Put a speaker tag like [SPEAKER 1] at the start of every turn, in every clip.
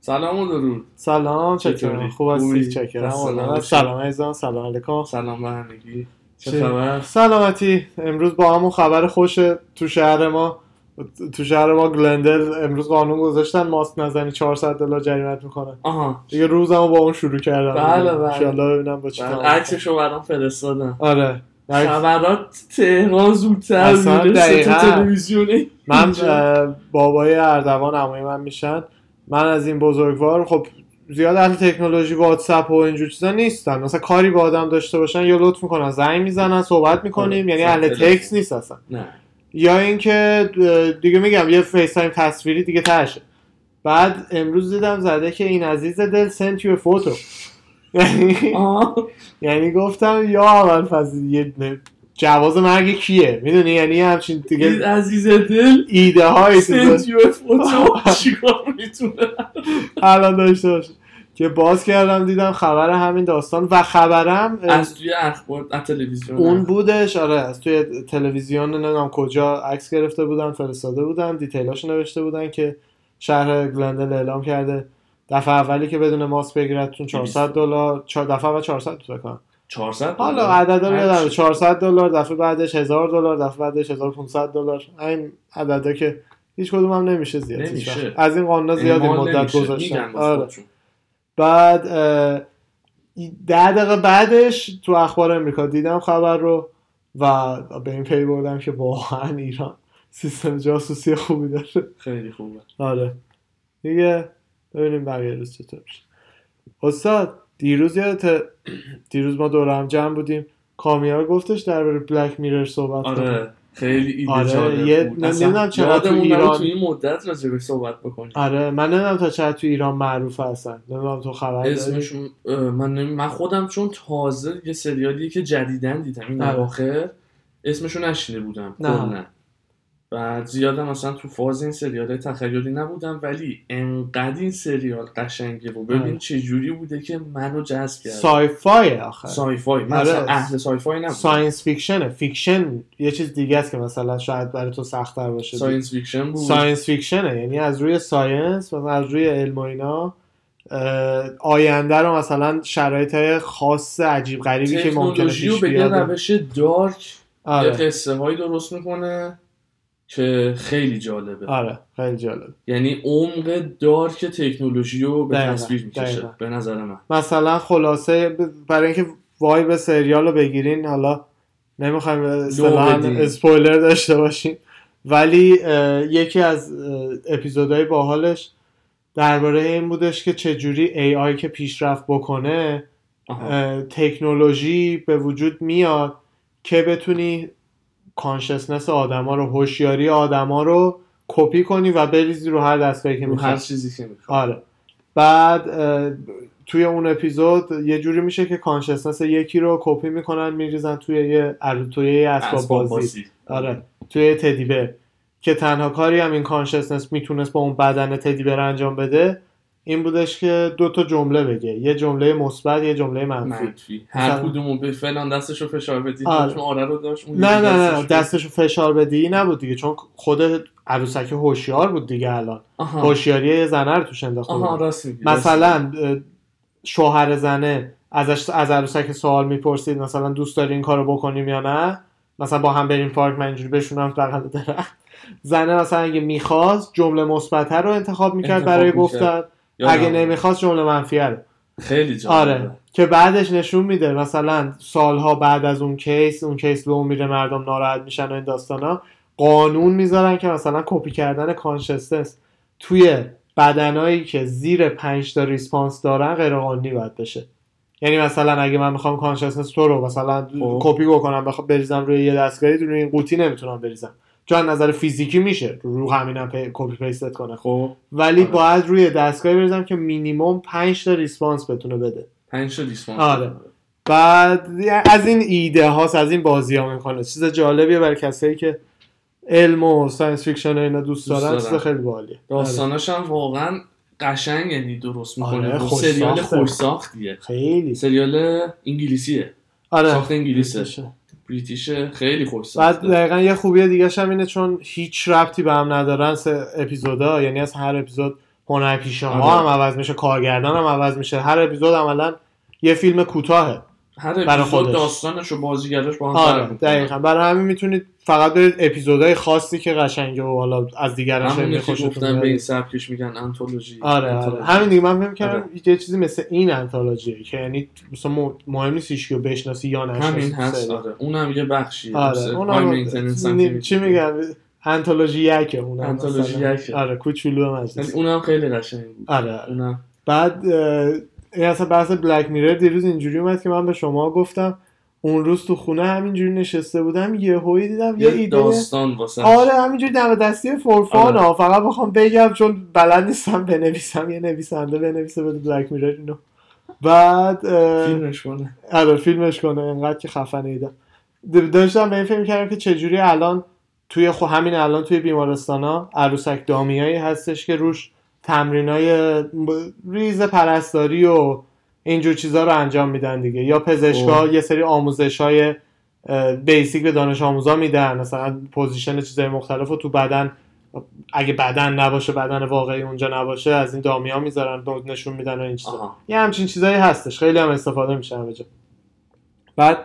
[SPEAKER 1] سلام و درود
[SPEAKER 2] سلام چطوری
[SPEAKER 1] چطوری؟
[SPEAKER 2] خوب هستی
[SPEAKER 1] خوبی؟
[SPEAKER 2] چکرم
[SPEAKER 1] سلام.
[SPEAKER 2] قربانت. سلام عزیزم سلام علیکم
[SPEAKER 1] سلام به همگی چه
[SPEAKER 2] چه؟
[SPEAKER 1] خبر
[SPEAKER 2] سلامتی امروز با همون خبر خوش تو شهر ما تو شهر ما گلندل امروز قانون گذاشتن ماسک نزنی 400 دلار جریمت میکنه
[SPEAKER 1] آها
[SPEAKER 2] دیگه روزمو با اون شروع کردم
[SPEAKER 1] بله، بله.
[SPEAKER 2] انشالله ببینم با چی
[SPEAKER 1] بله،
[SPEAKER 2] تمام کنم.
[SPEAKER 1] عکسشو برام فرستادم
[SPEAKER 2] آره عکس-
[SPEAKER 1] خبرات تهران زودتر
[SPEAKER 2] اصلا
[SPEAKER 1] میرسه تو
[SPEAKER 2] دقیقاً.
[SPEAKER 1] تلویزیون
[SPEAKER 2] من
[SPEAKER 1] اینجا.
[SPEAKER 2] اه، بابای اردوان عموی من میشن من از این بزرگوار خب زیاد اهل تکنولوژی واتساپ و اینجور چیزا نیستن مثلا کاری با آدم داشته باشن یا لطف میکنن زنگ میزنن صحبت میکنیم
[SPEAKER 1] آره،
[SPEAKER 2] یعنی
[SPEAKER 1] سر
[SPEAKER 2] اهل
[SPEAKER 1] تلفن.
[SPEAKER 2] تکس نیست اصلا
[SPEAKER 1] نه
[SPEAKER 2] یا اینکه اه، دیگه میگم یه فیس تایم تصویری دیگه تشه بعد امروز دیدم زده که این عزیز دل سنت یو فوتو
[SPEAKER 1] آها.
[SPEAKER 2] یعنی گفتم یا اول فضیل یه نه- جواز مرگ کیه میدونی یعنی یه همچین
[SPEAKER 1] این
[SPEAKER 2] دیگه
[SPEAKER 1] عزیز دل
[SPEAKER 2] ایده هایی
[SPEAKER 1] سنت یو اف او تو چیکار میتونه
[SPEAKER 2] الان داشته باشه که باز کردم دیدم خبر همین داستان و خبرم اه،
[SPEAKER 1] از توی اخبار از تلویزیون
[SPEAKER 2] اون بودش آره از توی تلویزیون نمیدونم کجا عکس گرفته بودن فرستاده بودن دیتیلاشو نوشته بودن که شهر گلندل اعلام کرده دفعه اولی که بدون ماسک بگیرتون 400 دلار چهار- دفعه اول 400 تو بکنم
[SPEAKER 1] 400
[SPEAKER 2] حالا عدد رو یادم 400 دلار دفعه بعدش 1000 دلار دفعه بعدش 1500 دلار این عددا که هیچ کدوم هم نمیشه زیاد هیچ
[SPEAKER 1] نمیشه.
[SPEAKER 2] وقت. از این قانونا زیاد این مدت گذاشتن آره.
[SPEAKER 1] آره
[SPEAKER 2] بعد اه، ده دقیقه بعدش تو اخبار امریکا دیدم خبر رو و به این پی بردم که واقعا ایران سیستم جاسوسی خوبی داره
[SPEAKER 1] خیلی خوبه
[SPEAKER 2] آره دیگه ببینیم بقیه روز چطور میشه استاد دیروز یادت دیروز ما دور هم جمع بودیم کامیار گفتش درباره بلک میرر صحبت کنیم.
[SPEAKER 1] آره خیلی ایده
[SPEAKER 2] آره،
[SPEAKER 1] جالب
[SPEAKER 2] یه-
[SPEAKER 1] بود
[SPEAKER 2] نه-
[SPEAKER 1] اصلا
[SPEAKER 2] نمیدونم چقدر
[SPEAKER 1] یادمون
[SPEAKER 2] تو
[SPEAKER 1] نبود
[SPEAKER 2] ایران-
[SPEAKER 1] تو این مدت راجبش صحبت بکنیم
[SPEAKER 2] آره من نمیدونم تا چقدر تو ایران معروف هستن نمیدونم تو خبر داری؟
[SPEAKER 1] اسمشون اه، من نمی- من خودم چون تازه یه سریالی که جدیدن دیدم این
[SPEAKER 2] آره.
[SPEAKER 1] اواخر اسمشو نشینه بودم
[SPEAKER 2] نه.
[SPEAKER 1] نه بعد زیادم اصلا تو فاز این سریال تخیلی نبودم ولی انقدر این سریال قشنگه و ببین
[SPEAKER 2] آره.
[SPEAKER 1] چه جوری بوده که منو جذب کرد
[SPEAKER 2] سایفای آخر
[SPEAKER 1] سایفای من
[SPEAKER 2] آره.
[SPEAKER 1] اصلا اهل سایفای نبودم
[SPEAKER 2] ساینس فیکشنه فیکشن یه چیز دیگه است که مثلا شاید برای تو سختتر باشه
[SPEAKER 1] ساینس فیکشن بود
[SPEAKER 2] ساینس فیکشنه یعنی از روی ساینس مثلا از روی علم و اینا اه، آینده رو مثلا شرایط های خاص عجیب غریبی که ممکنه
[SPEAKER 1] تکنولوژی رو
[SPEAKER 2] پیش
[SPEAKER 1] به یه
[SPEAKER 2] بیاد
[SPEAKER 1] روش دارک یه
[SPEAKER 2] آره
[SPEAKER 1] قصه هایی درست میکنه که خیلی جالبه
[SPEAKER 2] آره خیلی جالب
[SPEAKER 1] یعنی عمق دارک تکنولوژی رو به
[SPEAKER 2] دقیقاً،
[SPEAKER 1] تصویر میکشه
[SPEAKER 2] دقیقاً.
[SPEAKER 1] به نظر من
[SPEAKER 2] مثلا خلاصه ب- برای اینکه وایب سریال رو بگیرین حالا نمیخوایم
[SPEAKER 1] بدیم.
[SPEAKER 2] اصطلاحاً اسپویلر داشته باشیم ولی اه، یکی از اه، اپیزودهای باحالش درباره این بودش که چجوری AI که پیشرفت بکنه
[SPEAKER 1] آها.
[SPEAKER 2] اه، تکنولوژی به وجود میاد که بتونی کانشسنس آدما رو هوشیاری آدما رو کپی کنی و بریزی رو هر دستگاهی که
[SPEAKER 1] رو
[SPEAKER 2] میخوای
[SPEAKER 1] هر چیزی که میخواد
[SPEAKER 2] آره بعد اه، توی اون اپیزود یه جوری میشه که کانشسنس یکی رو کپی میکنن میریزن توی یه ارو توی یه اسباب بازی آره توی یه تدیبر که تنها کاری هم این کانشسنس میتونست با اون بدن تدیبر انجام بده این بودش که دو تا جمله بگه یه جمله مثبت یه جمله منفی
[SPEAKER 1] منفی هر
[SPEAKER 2] مثلا-
[SPEAKER 1] کدوم به فلان دستش رو فشار بدی
[SPEAKER 2] آره.
[SPEAKER 1] چون آره رو داشت اون
[SPEAKER 2] نه
[SPEAKER 1] یکی
[SPEAKER 2] نه نه
[SPEAKER 1] رو-
[SPEAKER 2] دستشو فشار بدی نبود دیگه چون خود عروسک هوشیار بود دیگه الان
[SPEAKER 1] آها
[SPEAKER 2] هوشیاری یه زنه رو توش انداخته بود.
[SPEAKER 1] آها راست میگی
[SPEAKER 2] مثلا اه، شوهر زنه ازش از عروسک سوال میپرسید مثلا دوست داری این کارو بکنیم یا نه مثلا با هم بریم پارک من اینجوری بشونم بغل درخت زنه مثلا اگه میخواست جمله مثبت رو انتخاب میکرد
[SPEAKER 1] انتخاب
[SPEAKER 2] برای
[SPEAKER 1] می‌کرد.
[SPEAKER 2] گفتن اگه نمیخواست جمله منفی رو
[SPEAKER 1] خیلی جالبه
[SPEAKER 2] آره که بعدش نشون میده مثلا سالها بعد از اون کیس اون کیس به اون میره مردم ناراحت میشن و این داستانا قانون میذارن که مثلا کپی کردن کانشستنس توی بدنایی که زیر 5 تا ریسپانس دارن غیر قانونی باید بشه یعنی مثلا اگه من میخوام کانشستنس تو رو مثلا
[SPEAKER 1] خب.
[SPEAKER 2] کپی کنم بخوام بریزم روی یه دستگاهی روی این قوطی نمیتونم بریزم چون از نظر فیزیکی میشه رو همینم پی... کپی پیستت کنه
[SPEAKER 1] خب
[SPEAKER 2] ولی
[SPEAKER 1] آره.
[SPEAKER 2] باید روی دستگاهی بریزم که مینیمم 5 تا ریسپانس بتونه بده
[SPEAKER 1] پنج تا ریسپانس
[SPEAKER 2] آره.
[SPEAKER 1] داره.
[SPEAKER 2] بعد از این ایده هاست از این بازی ها میکنه چیز جالبیه برای کسایی که علم و ساینس فیکشن و اینا دوست
[SPEAKER 1] دوست
[SPEAKER 2] دارن,
[SPEAKER 1] دارن.
[SPEAKER 2] چیز خیلی بالیه آره.
[SPEAKER 1] داستاناش هم واقعا قشنگ یعنی درست میکنه
[SPEAKER 2] آره، خوش
[SPEAKER 1] سریال
[SPEAKER 2] ساخته.
[SPEAKER 1] خوش ساختیه
[SPEAKER 2] خیلی
[SPEAKER 1] سریال انگلیسیه
[SPEAKER 2] آره
[SPEAKER 1] ساخت انگلیسه.
[SPEAKER 2] بریتیشه.
[SPEAKER 1] بریتیشه خیلی خوش
[SPEAKER 2] بعد
[SPEAKER 1] ساخته
[SPEAKER 2] دقیقا یه خوبیه دیگه هم اینه چون هیچ ربطی به هم ندارن سه اپیزودا یعنی از هر اپیزود هنرپیشه ها هم عوض میشه کارگردان هم عوض میشه هر اپیزود عملا یه فیلم کوتاهه
[SPEAKER 1] هر اپیزود داستانش و بازیگرش با هم
[SPEAKER 2] آره دقیقا برای همین میتونید فقط برید اپیزودهای خاصی که قشنگه و حالا از دیگرانش
[SPEAKER 1] همون که گفتن به این سبکش میگن انتولوژی
[SPEAKER 2] آره, آره. همین دیگه من فکر کردم آره. یه چیزی مثل این انتولوژی که یعنی مثلا مهم نیست ایشکی رو بشناسی یا نشناسی
[SPEAKER 1] همین هست آره اونم یه بخشی
[SPEAKER 2] آره اونم چی میگن انتولوژی یکه اونم
[SPEAKER 1] انتولوژی یکه
[SPEAKER 2] آره کوچولو مجلس
[SPEAKER 1] اونم خیلی قشنگ بود
[SPEAKER 2] آره اونم بعد این اصلا بحث بلک میرر دیروز اینجوری اومد که من به شما گفتم اون روز تو خونه همینجوری نشسته بودم یه هوی دیدم یه, ایده
[SPEAKER 1] داستان واسه
[SPEAKER 2] آره همینجوری دم دستی فورفان آره. فقط بخوام بگم چون بلد نیستم بنویسم یه نویسنده بنویسه بده بلک میرر اینو بعد
[SPEAKER 1] فیلمش کنه
[SPEAKER 2] آره فیلمش کنه انقدر که خفنه ایده داشتم به این فکر کردم که چجوری الان توی خو همین الان توی بیمارستان ها عروسک دامیایی هستش که روش تمرین های ریز پرستاری و اینجور چیزها رو انجام میدن دیگه یا پزشکا یه سری آموزش های بیسیک به دانش آموزا میدن مثلا پوزیشن چیزهای مختلف رو تو بدن اگه بدن نباشه بدن واقعی اونجا نباشه از این دامیا میذارن نشون میدن و این چیزا آها. یه همچین چیزایی هستش خیلی هم استفاده میشه همه جا بعد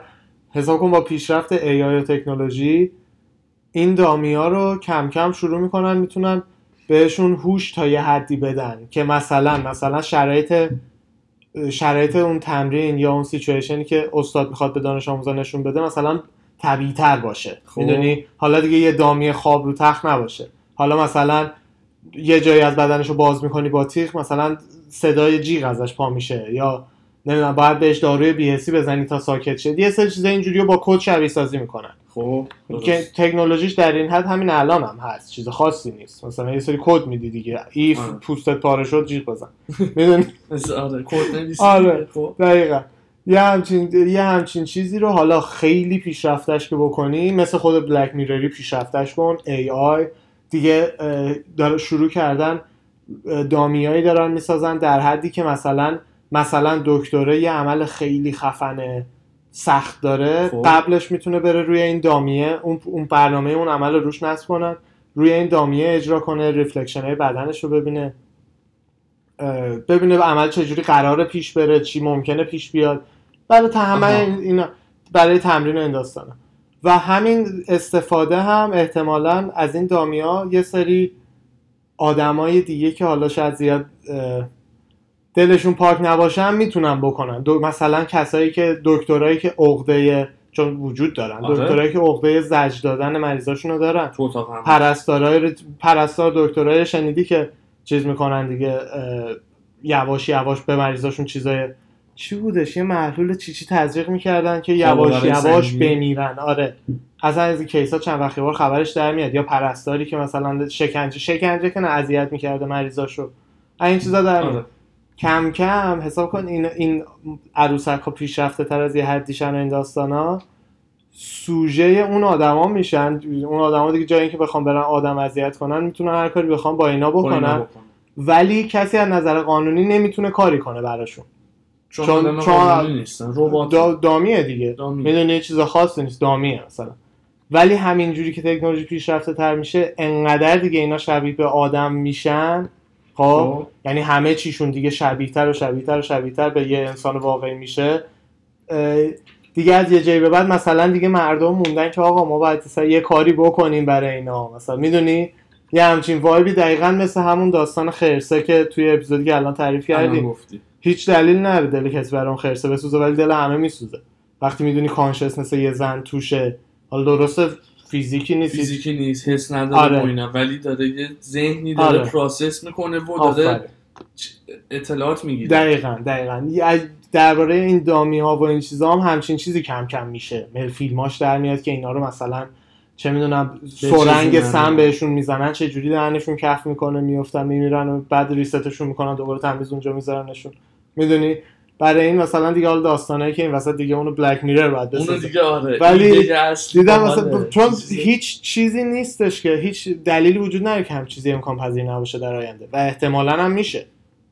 [SPEAKER 2] حساب کن با پیشرفت AI و تکنولوژی این دامیا رو کم کم شروع میکنن میتونن بهشون هوش تا یه حدی بدن که مثلا مثلا شرایط شرایط اون تمرین یا اون سیچویشنی که استاد میخواد به دانش آموزان نشون بده مثلا طبیعی تر باشه میدونی حالا دیگه یه دامی خواب رو تخت نباشه حالا مثلا یه جایی از بدنش رو باز میکنی با تیغ مثلا صدای جیغ ازش پا میشه یا نمیدونم باید بهش داروی بیهسی بزنی تا ساکت شه یه سری چیزا اینجوری با کد شبیه سازی میکنن
[SPEAKER 1] خب
[SPEAKER 2] که تکنولوژیش در این حد همین الان هم هست چیز خاصی نیست مثلا یه سری کد میدی دیگه ایف آره. پوستت پاره شد جیغ بزن میدونی
[SPEAKER 1] آره خب. کد
[SPEAKER 2] آره دقیقا یه همچین یه همچین چیزی رو حالا خیلی پیشرفتش که بکنی مثل خود بلک میرری پیشرفتش کن ای آی دیگه داره شروع کردن دامیایی دارن میسازن در حدی که مثلا مثلا دکتره یه عمل خیلی خفنه سخت داره خوب. قبلش میتونه بره روی این دامیه اون اون برنامه اون عمل رو روش نصب کنن روی این دامیه اجرا کنه ریفلکشن های بدنش رو ببینه ببینه عمل چجوری قرار پیش بره چی ممکنه پیش بیاد برای تمرین اینا برای تمرین این داستانه و همین استفاده هم احتمالا از این دامیا یه سری آدمای دیگه که حالا شاید زیاد دلشون پاک نباشن میتونن بکنن دو مثلا کسایی که دکترایی که عقده چون وجود دارن آره. دکترایی که عقده زج دادن مریضاشونو دارن
[SPEAKER 1] تو
[SPEAKER 2] پرستارای پرستار دکترای شنیدی که چیز میکنن دیگه یواش یواش به مریضاشون چیزای چی بودش یه محلول چی چی تزریق میکردن که یواش یواش بمیرن آره اصلا از این کیسا چند وقتی بار خبرش در میاد یا پرستاری که مثلا شکنجه شکنجه که نه اذیت میکرده مریضاشو این چیزا در آره. کم کم حساب کن این این عروسک ها پیشرفته تر از یه حدیشن و این داستان ها سوژه اون آدما میشن اون آدما دیگه جایی که بخوام برن آدم اذیت کنن میتونن هر کاری بخوام با اینا بکنن, با اینا بکنن. ولی کسی از نظر قانونی نمیتونه کاری کنه براشون
[SPEAKER 1] چون چون, چون
[SPEAKER 2] دا دامیه دیگه میدونی چیز خاصی نیست دامیه مثلا ولی همینجوری که تکنولوژی پیشرفته تر میشه انقدر دیگه اینا شبیه به آدم میشن خب یعنی همه چیشون دیگه شبیهتر و شبیهتر و شبیهتر به یه انسان واقعی میشه دیگه از یه جایی به بعد مثلا دیگه مردم موندن که آقا ما باید مثلا یه کاری بکنیم برای اینا مثلا میدونی یه همچین وایبی دقیقا مثل همون داستان خرسه که توی اپیزودی که الان تعریف کردیم هیچ دلیل نره دل کسی برای اون خرسه بسوزه ولی دل همه میسوزه وقتی میدونی کانشسنس یه زن توشه حالا درسته فیزیکی نیست
[SPEAKER 1] فیزیکی نیست حس نداره آره. اینا ولی داره یه ذهنی داره آره. پروسس میکنه و داره آفره. اطلاعات میگیره
[SPEAKER 2] دقیقا دقیقا درباره این دامی ها و این چیزا هم همچین چیزی کم کم میشه مل فیلماش در میاد که اینا رو مثلا چه میدونم سرنگ سم بهشون میزنن چه جوری دهنشون کف میکنه میفتن میمیرن و بعد ریستشون میکنن دوباره تمیز اونجا میذارنشون میدونی برای این مثلا دیگه حالا داستانه که این وسط دیگه اونو بلک میرر باید
[SPEAKER 1] بسازه اونو دیگه آره
[SPEAKER 2] ولی دیگه دیدم مثلا چون هیچ چیزی نیستش که هیچ دلیلی وجود نداره که هم چیزی امکان پذیر نباشه در آینده و احتمالا هم میشه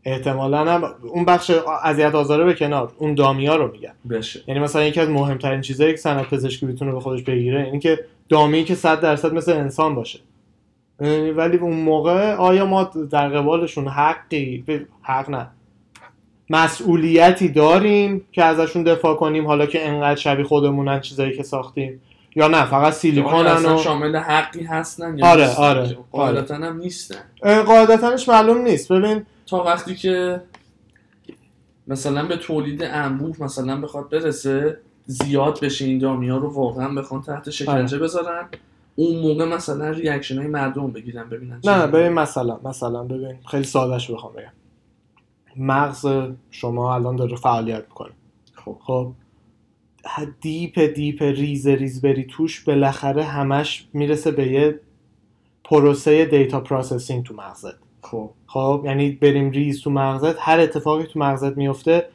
[SPEAKER 2] احتمالا هم اون بخش اذیت آزاره به کنار اون دامیا رو میگن
[SPEAKER 1] بشه
[SPEAKER 2] یعنی مثلا یکی از مهمترین چیزایی که صنعت پزشکی میتونه به خودش بگیره اینی که دامی که 100 درصد مثل انسان باشه یعنی ولی اون موقع آیا ما در قبالشون حقی حق نه مسئولیتی داریم که ازشون دفاع کنیم حالا که انقدر شبیه خودمونن چیزایی که ساختیم یا نه فقط سیلیکونن
[SPEAKER 1] و شامل حقی هستن
[SPEAKER 2] یا آره نیستن. آره
[SPEAKER 1] قاعدتا آره. هم نیستن
[SPEAKER 2] قاعدتنش معلوم نیست ببین
[SPEAKER 1] تا وقتی که مثلا به تولید انبوه مثلا بخواد برسه زیاد بشه این دامی ها رو واقعا بخوان تحت شکنجه آره. بذارن اون موقع مثلا ریاکشن های مردم بگیرن ببینن
[SPEAKER 2] نه ببین مثلا مثلا ببین خیلی سادهش بخوام بگم مغز شما الان داره فعالیت میکنه خب خب دیپ دیپ ریز ریز بری توش بالاخره همش میرسه به یه پروسه دیتا پروسسینگ تو مغزت
[SPEAKER 1] خب
[SPEAKER 2] خب یعنی بریم ریز تو مغزت هر اتفاقی تو مغزت میفته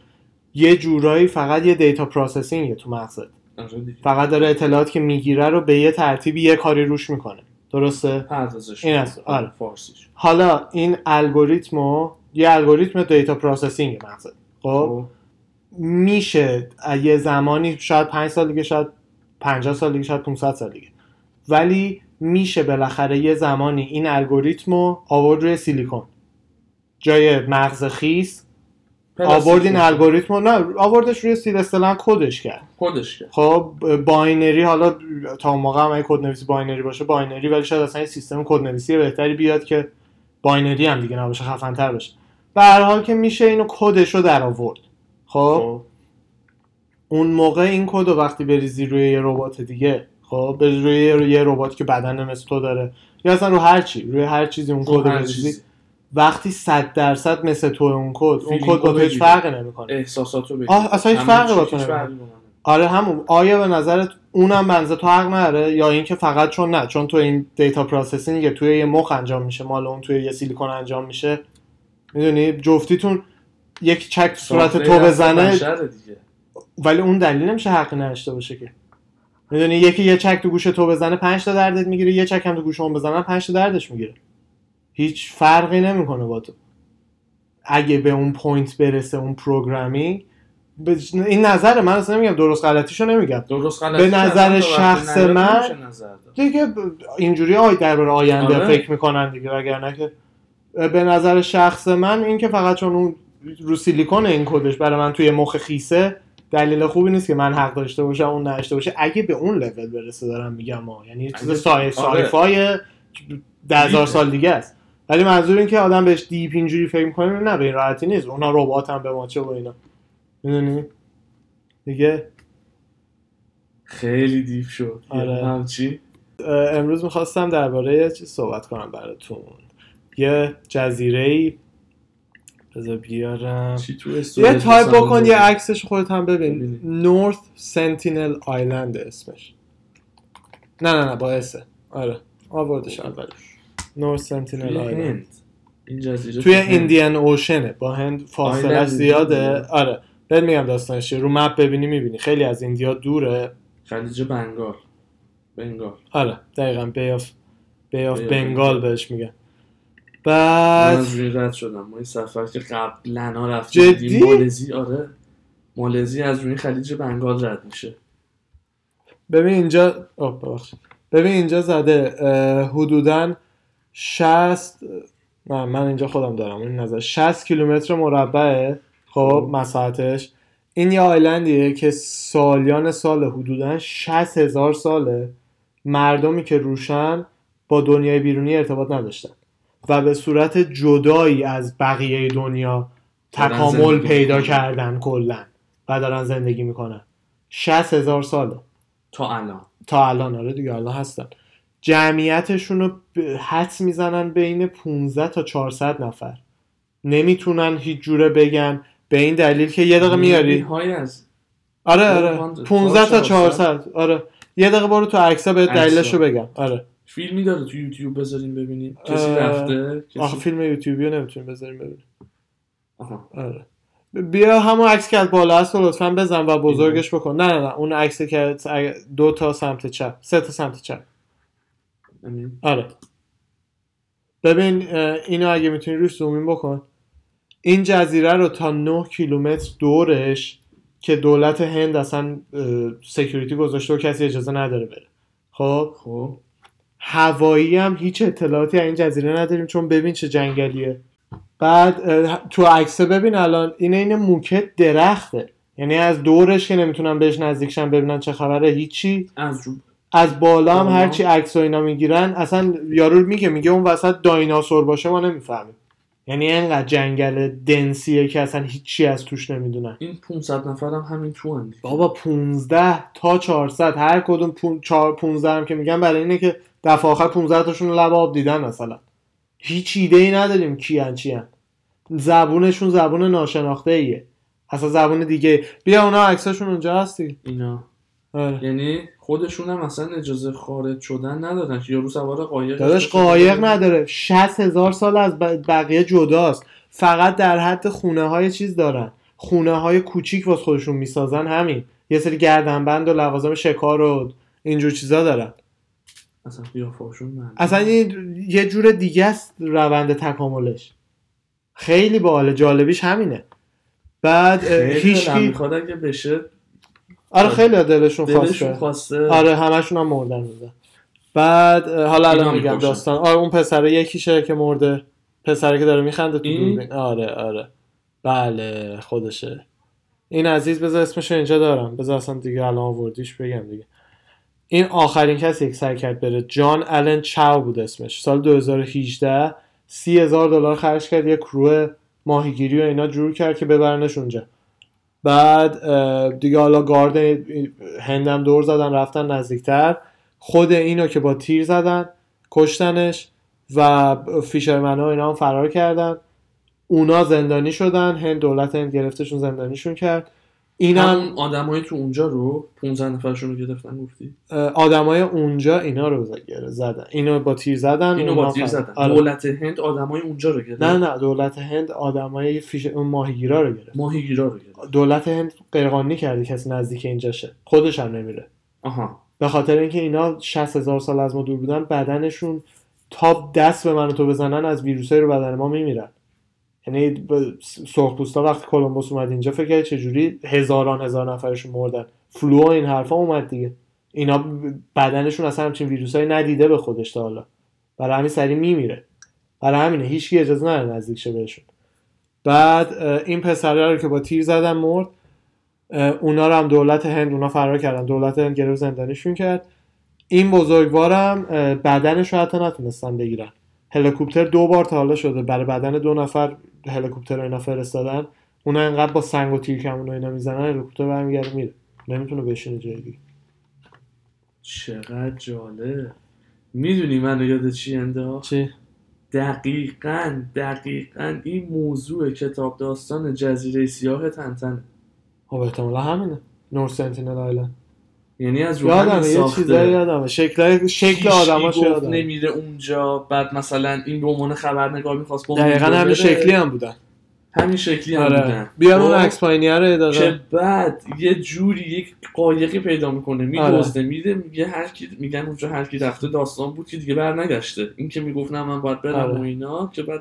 [SPEAKER 2] یه جورایی فقط یه دیتا پروسسینگ تو مغزت
[SPEAKER 1] آره
[SPEAKER 2] فقط داره اطلاعات که میگیره رو به یه ترتیبی یه کاری روش میکنه درسته
[SPEAKER 1] پردازش
[SPEAKER 2] این است آره فارسیش حالا این الگوریتمو یه الگوریتم دیتا پروسسینگ مغزه خب میشه یه زمانی شاید 5 سال دیگه شاید 50 سال دیگه شاید 500 سال دیگه ولی میشه بالاخره یه زمانی این الگوریتم رو آورد روی سیلیکون جای مغز خیس آورد این الگوریتم نه آوردش روی سیل اصطلاحا کدش کرد
[SPEAKER 1] کدش کرد
[SPEAKER 2] خب باینری حالا تا اون موقع هم کد نویسی باینری باشه باینری ولی شاید اصلا سیستم کد نویسی بهتری بیاد که باینری هم دیگه نباشه خفن تر بشه به هر حال که میشه اینو کدش رو در آورد خب, خب. اون موقع این کد رو وقتی بریزی روی یه ربات دیگه خب بریزی روی یه ربات که بدن مثل تو داره یا اصلا رو هر چی روی هر چیزی اون کد بریزی وقتی 100 درصد مثل تو اون کد اون کد با تو هیچ فرقی نمیکنه
[SPEAKER 1] احساساتو
[SPEAKER 2] بگی اصلا هیچ فرقی با تو نمیکنه آره همون آیا به نظرت اونم بنزه تو حق نره یا اینکه فقط چون نه چون تو این دیتا پروسسینگ توی یه مخ انجام میشه مال اون توی یه سیلیکون انجام میشه میدونی جفتیتون یک چک تو صورت تو بزنه ولی اون دلیل نمیشه حق نداشته باشه که میدونی یکی یه چک تو گوش تو بزنه 5 تا دردت میگیره یه چک هم تو گوش اون بزنه 5 تا دردش میگیره هیچ فرقی نمیکنه با تو اگه به اون پوینت برسه اون پروگرامی بج... این نظر من اصلا نمیگم درست غلطیشو نمیگم
[SPEAKER 1] درست
[SPEAKER 2] غلطی به نظر شخص من
[SPEAKER 1] نظر
[SPEAKER 2] دیگه اینجوری آی درباره آینده آره. فکر میکنن دیگه وگرنه که به نظر شخص من اینکه فقط چون اون رو سیلیکون این کدش برای من توی مخ خیسه دلیل خوبی نیست که من حق داشته باشم اون نداشته باشه اگه به اون لول برسه دارم میگم ما یعنی چیز سای سایفای ده هزار سال دیگه است ولی منظور این که آدم بهش دیپ اینجوری فکر میکنه نه به این راحتی نیست اونا ربات هم به ما چه و اینا میدونی دیگه
[SPEAKER 1] خیلی دیپ شد
[SPEAKER 2] آره.
[SPEAKER 1] همچی
[SPEAKER 2] امروز میخواستم درباره چیز صحبت کنم براتون یه جزیره ای بذار بیارم یه تایپ بکن یه عکسش خودت هم ببین نورث سنتینل آیلند اسمش نه نه نه با اسه آره آوردش
[SPEAKER 1] خب.
[SPEAKER 2] اولش نورث سنتینل آیلند
[SPEAKER 1] این جزیره
[SPEAKER 2] توی ایندیان اوشنه با هند فاصله زیاده آره بهت میگم داستانش رو مپ ببینی میبینی خیلی از ایندیا دوره
[SPEAKER 1] خلیج بنگال بنگال
[SPEAKER 2] آره دقیقا بیاف بیاف بنگال بهش میگن بعد
[SPEAKER 1] من رد شدم ما این سفر که قبلا ها رفتیم جدی؟ مالزی آره مالزی از روی خلیج بنگال رد میشه
[SPEAKER 2] ببین اینجا اوه ببین اینجا زده حدودا 60 من من اینجا خودم دارم این نظر 60 کیلومتر مربعه خب مساحتش این یه آیلندیه که سالیان سال حدودا 60 هزار ساله مردمی که روشن با دنیای بیرونی ارتباط نداشتن و به صورت جدایی از بقیه دنیا تکامل پیدا کردن کلا و دارن زندگی میکنن 60 هزار ساله
[SPEAKER 1] تا الان
[SPEAKER 2] تا الان آره دیگه الان هستن جمعیتشون رو حدس میزنن بین 15 تا 400 نفر نمیتونن هیچ جوره بگن به این دلیل که یه دقیقه میاری
[SPEAKER 1] های از
[SPEAKER 2] آره آره 15 تا 400 آره یه دقیقه برو تو عکسا به دلیلش رو بگم آره
[SPEAKER 1] فیلمی داره تو یوتیوب بذاریم ببینیم کسی رفته
[SPEAKER 2] کسی... آخه فیلم یوتیوبی رو نمیتونیم بذاریم ببینیم آها. آره بیا همون عکس که از بالا هست رو لطفا بزن و بزرگش بکن نه نه نه اون عکس که دو تا سمت چپ سه تا سمت چپ آره ببین اینو اگه میتونی روش زومین بکن این جزیره رو تا 9 کیلومتر دورش که دولت هند اصلا سکیوریتی گذاشته و کسی اجازه نداره بره خب
[SPEAKER 1] خب
[SPEAKER 2] هوایی هم هیچ اطلاعاتی از این جزیره نداریم چون ببین چه جنگلیه بعد تو عکسه ببین الان این این موکه درخته یعنی از دورش که نمیتونن بهش نزدیکشن ببینن چه خبره هیچی
[SPEAKER 1] از رو
[SPEAKER 2] از بالا هم هرچی عکس و اینا میگیرن اصلا یارو میگه میگه اون وسط دایناسور باشه ما نمیفهمیم یعنی انقدر جنگل دنسیه که اصلا هیچی از توش نمیدونن
[SPEAKER 1] این 500 نفر هم همین تو هم دیگه.
[SPEAKER 2] بابا 15 تا 400 هر کدوم 15 هم که میگن برای اینه که دفعه آخر 15 تاشون لب آب دیدن مثلا هیچ ایده ای نداریم کیان چیان زبونشون زبون ناشناخته ایه اصلا زبون دیگه بیا اونا عکساشون اونجا هستی آره.
[SPEAKER 1] اینا یعنی خودشون هم اصلا اجازه خارج شدن ندادن که یارو سوار قایق
[SPEAKER 2] داداش قایق نداره 60 هزار سال از بقیه جداست فقط در حد خونه های چیز دارن خونه های کوچیک واسه خودشون میسازن همین یه سری گردنبند و لوازم شکار و اینجور چیزا دارن
[SPEAKER 1] اصلا قیافاشون
[SPEAKER 2] اصلا این یه جور دیگه است روند تکاملش خیلی باحال جالبیش همینه بعد
[SPEAKER 1] هیچ میخواد اگه بشه
[SPEAKER 2] آره خیلی دلشون,
[SPEAKER 1] دلشون
[SPEAKER 2] خواسته. خواسته. آره همشون هم مردن میده بعد حالا الان میگم داستان آره اون پسره یکیشه که مرده پسره که داره میخنده تو دوربین آره آره بله خودشه این عزیز بذار اسمش اینجا دارم بذار اصلا دیگه الان آوردیش بگم دیگه این آخرین کسی یک سر کرد بره جان الن چاو بود اسمش سال 2018 سی هزار دلار خرج کرد یه کرو ماهیگیری و اینا جور کرد که ببرنش اونجا بعد دیگه حالا گارد هندم دور زدن رفتن نزدیکتر خود اینو که با تیر زدن کشتنش و فیشرمن ها اینا هم فرار کردن اونا زندانی شدن هند دولت هند گرفتشون زندانیشون کرد این هم
[SPEAKER 1] آدمای تو اونجا رو 15 نفرشون رو گرفتن گفتی
[SPEAKER 2] آدمای اونجا اینا رو زدن اینو با تیر زدن
[SPEAKER 1] اینو با تیر زدن آره. دولت هند آدمای اونجا رو گرفت
[SPEAKER 2] نه نه دولت هند آدمای فیش ماهیگیرا رو گرفت
[SPEAKER 1] ماهیگیرا رو گرفت
[SPEAKER 2] دولت هند غیرقانونی کرده کسی نزدیک اینجاشه خودش هم نمیره
[SPEAKER 1] آها
[SPEAKER 2] به خاطر اینکه اینا 60 هزار سال از ما دور بودن بدنشون تا دست به من و تو بزنن از ویروسای رو بدن ما میمیرن یعنی سرخپوستا وقتی کلمبوس اومد اینجا فکر کرد چجوری هزاران هزار نفرشون مردن فلو و این حرفا اومد دیگه اینا بدنشون اصلا همچین ویروسایی ندیده به خودش تا حالا برای همین سری میمیره برای همینه هیچکی اجازه نداره نزدیک شه بهشون بعد این پسره رو که با تیر زدن مرد اونا رو هم دولت هند اونا فرار کردن دولت هند گرفت زندانیشون کرد این بزرگوارم بدنش رو حتی نتونستن بگیرن هلیکوپتر دو بار تا حالا شده برای بدن دو نفر هلیکوپتر اینا فرستادن اونا انقدر با سنگ و تیر کمون اینا میزنن هلیکوپتر برمیگرده میره نمیتونه بشینه جای دیگه
[SPEAKER 1] چقدر جالب میدونی من یاد چی انداخت
[SPEAKER 2] چی
[SPEAKER 1] دقیقا دقیقا این موضوع کتاب داستان جزیره سیاه تنتنه
[SPEAKER 2] خب احتمالا همینه نور سنتینل آیلند
[SPEAKER 1] یعنی از
[SPEAKER 2] رو یادم یه چیزایی یادمه شکل شکل آدماش یادم
[SPEAKER 1] نمیره اونجا بعد مثلا این به عنوان خبرنگار میخواست
[SPEAKER 2] دقیقا همین شکلی هم بودن
[SPEAKER 1] همین شکلی هم آره. بودن
[SPEAKER 2] بیان خب. اون عکس پایینیه رو اداره
[SPEAKER 1] که بعد یه جوری یک قایقی پیدا میکنه میدزده آره. میده میگه هر کی میگن اونجا هر کی رفته داستان بود که دیگه برنگشته این که میگفت نه من باید برم آره. و اینا که بعد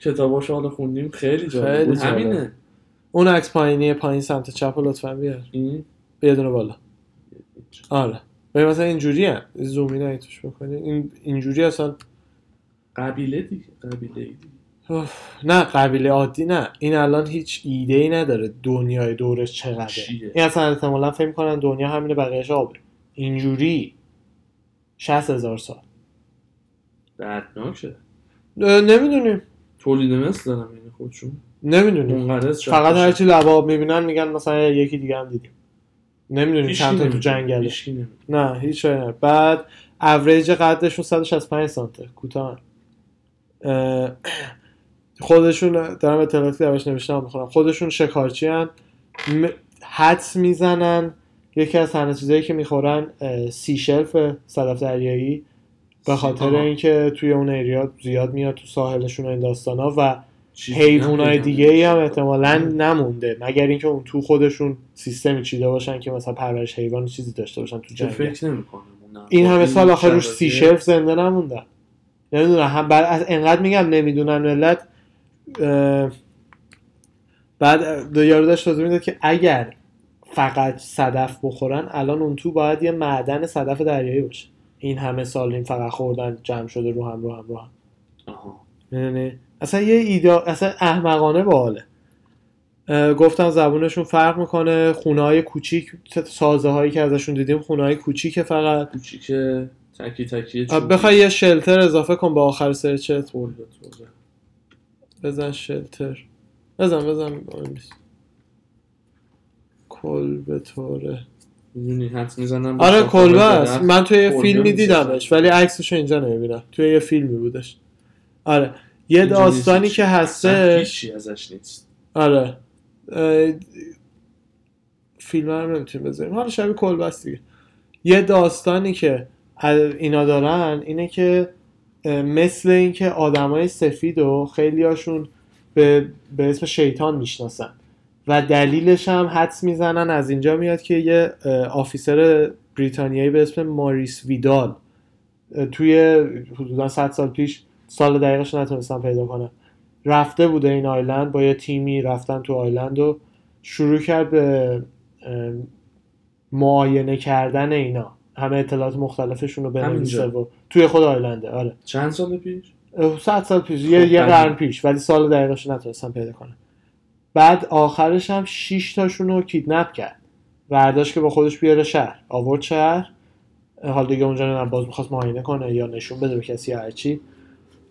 [SPEAKER 1] کتاباشو حالا خوندیم خیلی جالب بود همینه
[SPEAKER 2] اون عکس پایینی پایین سمت چپ لطفا بیار یه دونه بالا آره ببین مثلا اینجوری هم زوم اینا توش بکنی این اینجوری اصلا
[SPEAKER 1] قبیله دیگه قبیله دیگه.
[SPEAKER 2] نه قبیله عادی نه این الان هیچ ایده ای نداره دنیای دورش چقدره این اصلا احتمالا فکر کنن دنیا همینه بقیهش آبه اینجوری 60 هزار سال
[SPEAKER 1] دردناک شده
[SPEAKER 2] نمیدونیم
[SPEAKER 1] تولید مثل دارم یعنی خودشون
[SPEAKER 2] نمیدونیم بله. فقط هرچی لباب میبینن میگن مثلا یکی دیگه هم دیدیم نمیدونی چند تا تو جنگله نه هیچ نه بعد اوریج قدشون 165 سانته کوتاه خودشون دارم اطلاعاتی درش نوشتم میخونم خودشون شکارچی هن م... حدس میزنن یکی از تنها چیزایی که میخورن سی شلف صدف دریایی به خاطر اینکه توی اون ایریا زیاد میاد تو ساحلشون و این داستان ها و حیوانای دیگه ای هم احتمالا نمونده مگر اینکه اون تو خودشون سیستمی چیده باشن که مثلا پرورش حیوان چیزی داشته باشن تو جنگل
[SPEAKER 1] فکر نمیکنم
[SPEAKER 2] این همه سال آخر روش سی شلف زنده نموندن نمیدونم هم بر... از انقدر میگم نمیدونم ملت اه... بعد یارو داشت توضیح میداد که اگر فقط صدف بخورن الان اون تو باید یه معدن صدف دریایی باشه این همه سال این فقط خوردن جمع شده رو هم رو هم رو هم
[SPEAKER 1] آها.
[SPEAKER 2] میدونی اصلا یه ایدا اصلا احمقانه باحاله اه، گفتم زبونشون فرق میکنه خونه های کوچیک سازه هایی که ازشون دیدیم خونه های کوچیک فقط
[SPEAKER 1] کوچیک تکی تکی
[SPEAKER 2] آه،
[SPEAKER 1] چوبی.
[SPEAKER 2] بخوای یه شلتر اضافه کن با آخر سرچت
[SPEAKER 1] تربه، تربه.
[SPEAKER 2] بزن شلتر بزن بزن مهم نیست. کلبه طوره
[SPEAKER 1] میدونی حد میزنم
[SPEAKER 2] آره کلبه است
[SPEAKER 1] است
[SPEAKER 2] من توی یه
[SPEAKER 1] کلبه
[SPEAKER 2] فیلمی
[SPEAKER 1] میشه.
[SPEAKER 2] دیدمش ولی عکسش اینجا نمیبینم توی یه فیلمی بودش آره یه
[SPEAKER 1] اینجا نیست
[SPEAKER 2] داستانی
[SPEAKER 1] هیچ.
[SPEAKER 2] که
[SPEAKER 1] اصلا
[SPEAKER 2] هستش
[SPEAKER 1] هیچی ازش نیست
[SPEAKER 2] آره اه، فیلم رو هم نمیتونیم بذاریم حالا شبیه کلبه است دیگه یه داستانی که ال- اینا دارن اینه که اه، مثل اینکه آدمای سفید و خیلی هاشون به, به اسم شیطان میشناسن و دلیلش هم حدس میزنن از اینجا میاد که یه اه، آفیسر بریتانیایی به اسم ماریس ویدال اه، توی حدودا 100 سال پیش سال دقیقش رو نتونستم پیدا کنم رفته بوده این آیلند با یه تیمی رفتن تو آیلند و شروع کرد به اه، معاینه کردن اینا همه اطلاعات مختلفشون رو بنویسه
[SPEAKER 1] همینجا.
[SPEAKER 2] و توی خود آیلنده آره
[SPEAKER 1] چند سال پیش
[SPEAKER 2] 100 سال پیش یه,
[SPEAKER 1] خب،
[SPEAKER 2] یه
[SPEAKER 1] بله.
[SPEAKER 2] قرن پیش ولی سال دقیقش رو نتونستم پیدا کنم بعد آخرش هم 6 تاشون رو کیدنپ کرد برداشت که با خودش بیاره شهر آورد شهر حال دیگه اونجا نمیدونم باز میخواست معاینه کنه یا نشون بده به کسی یا هرچی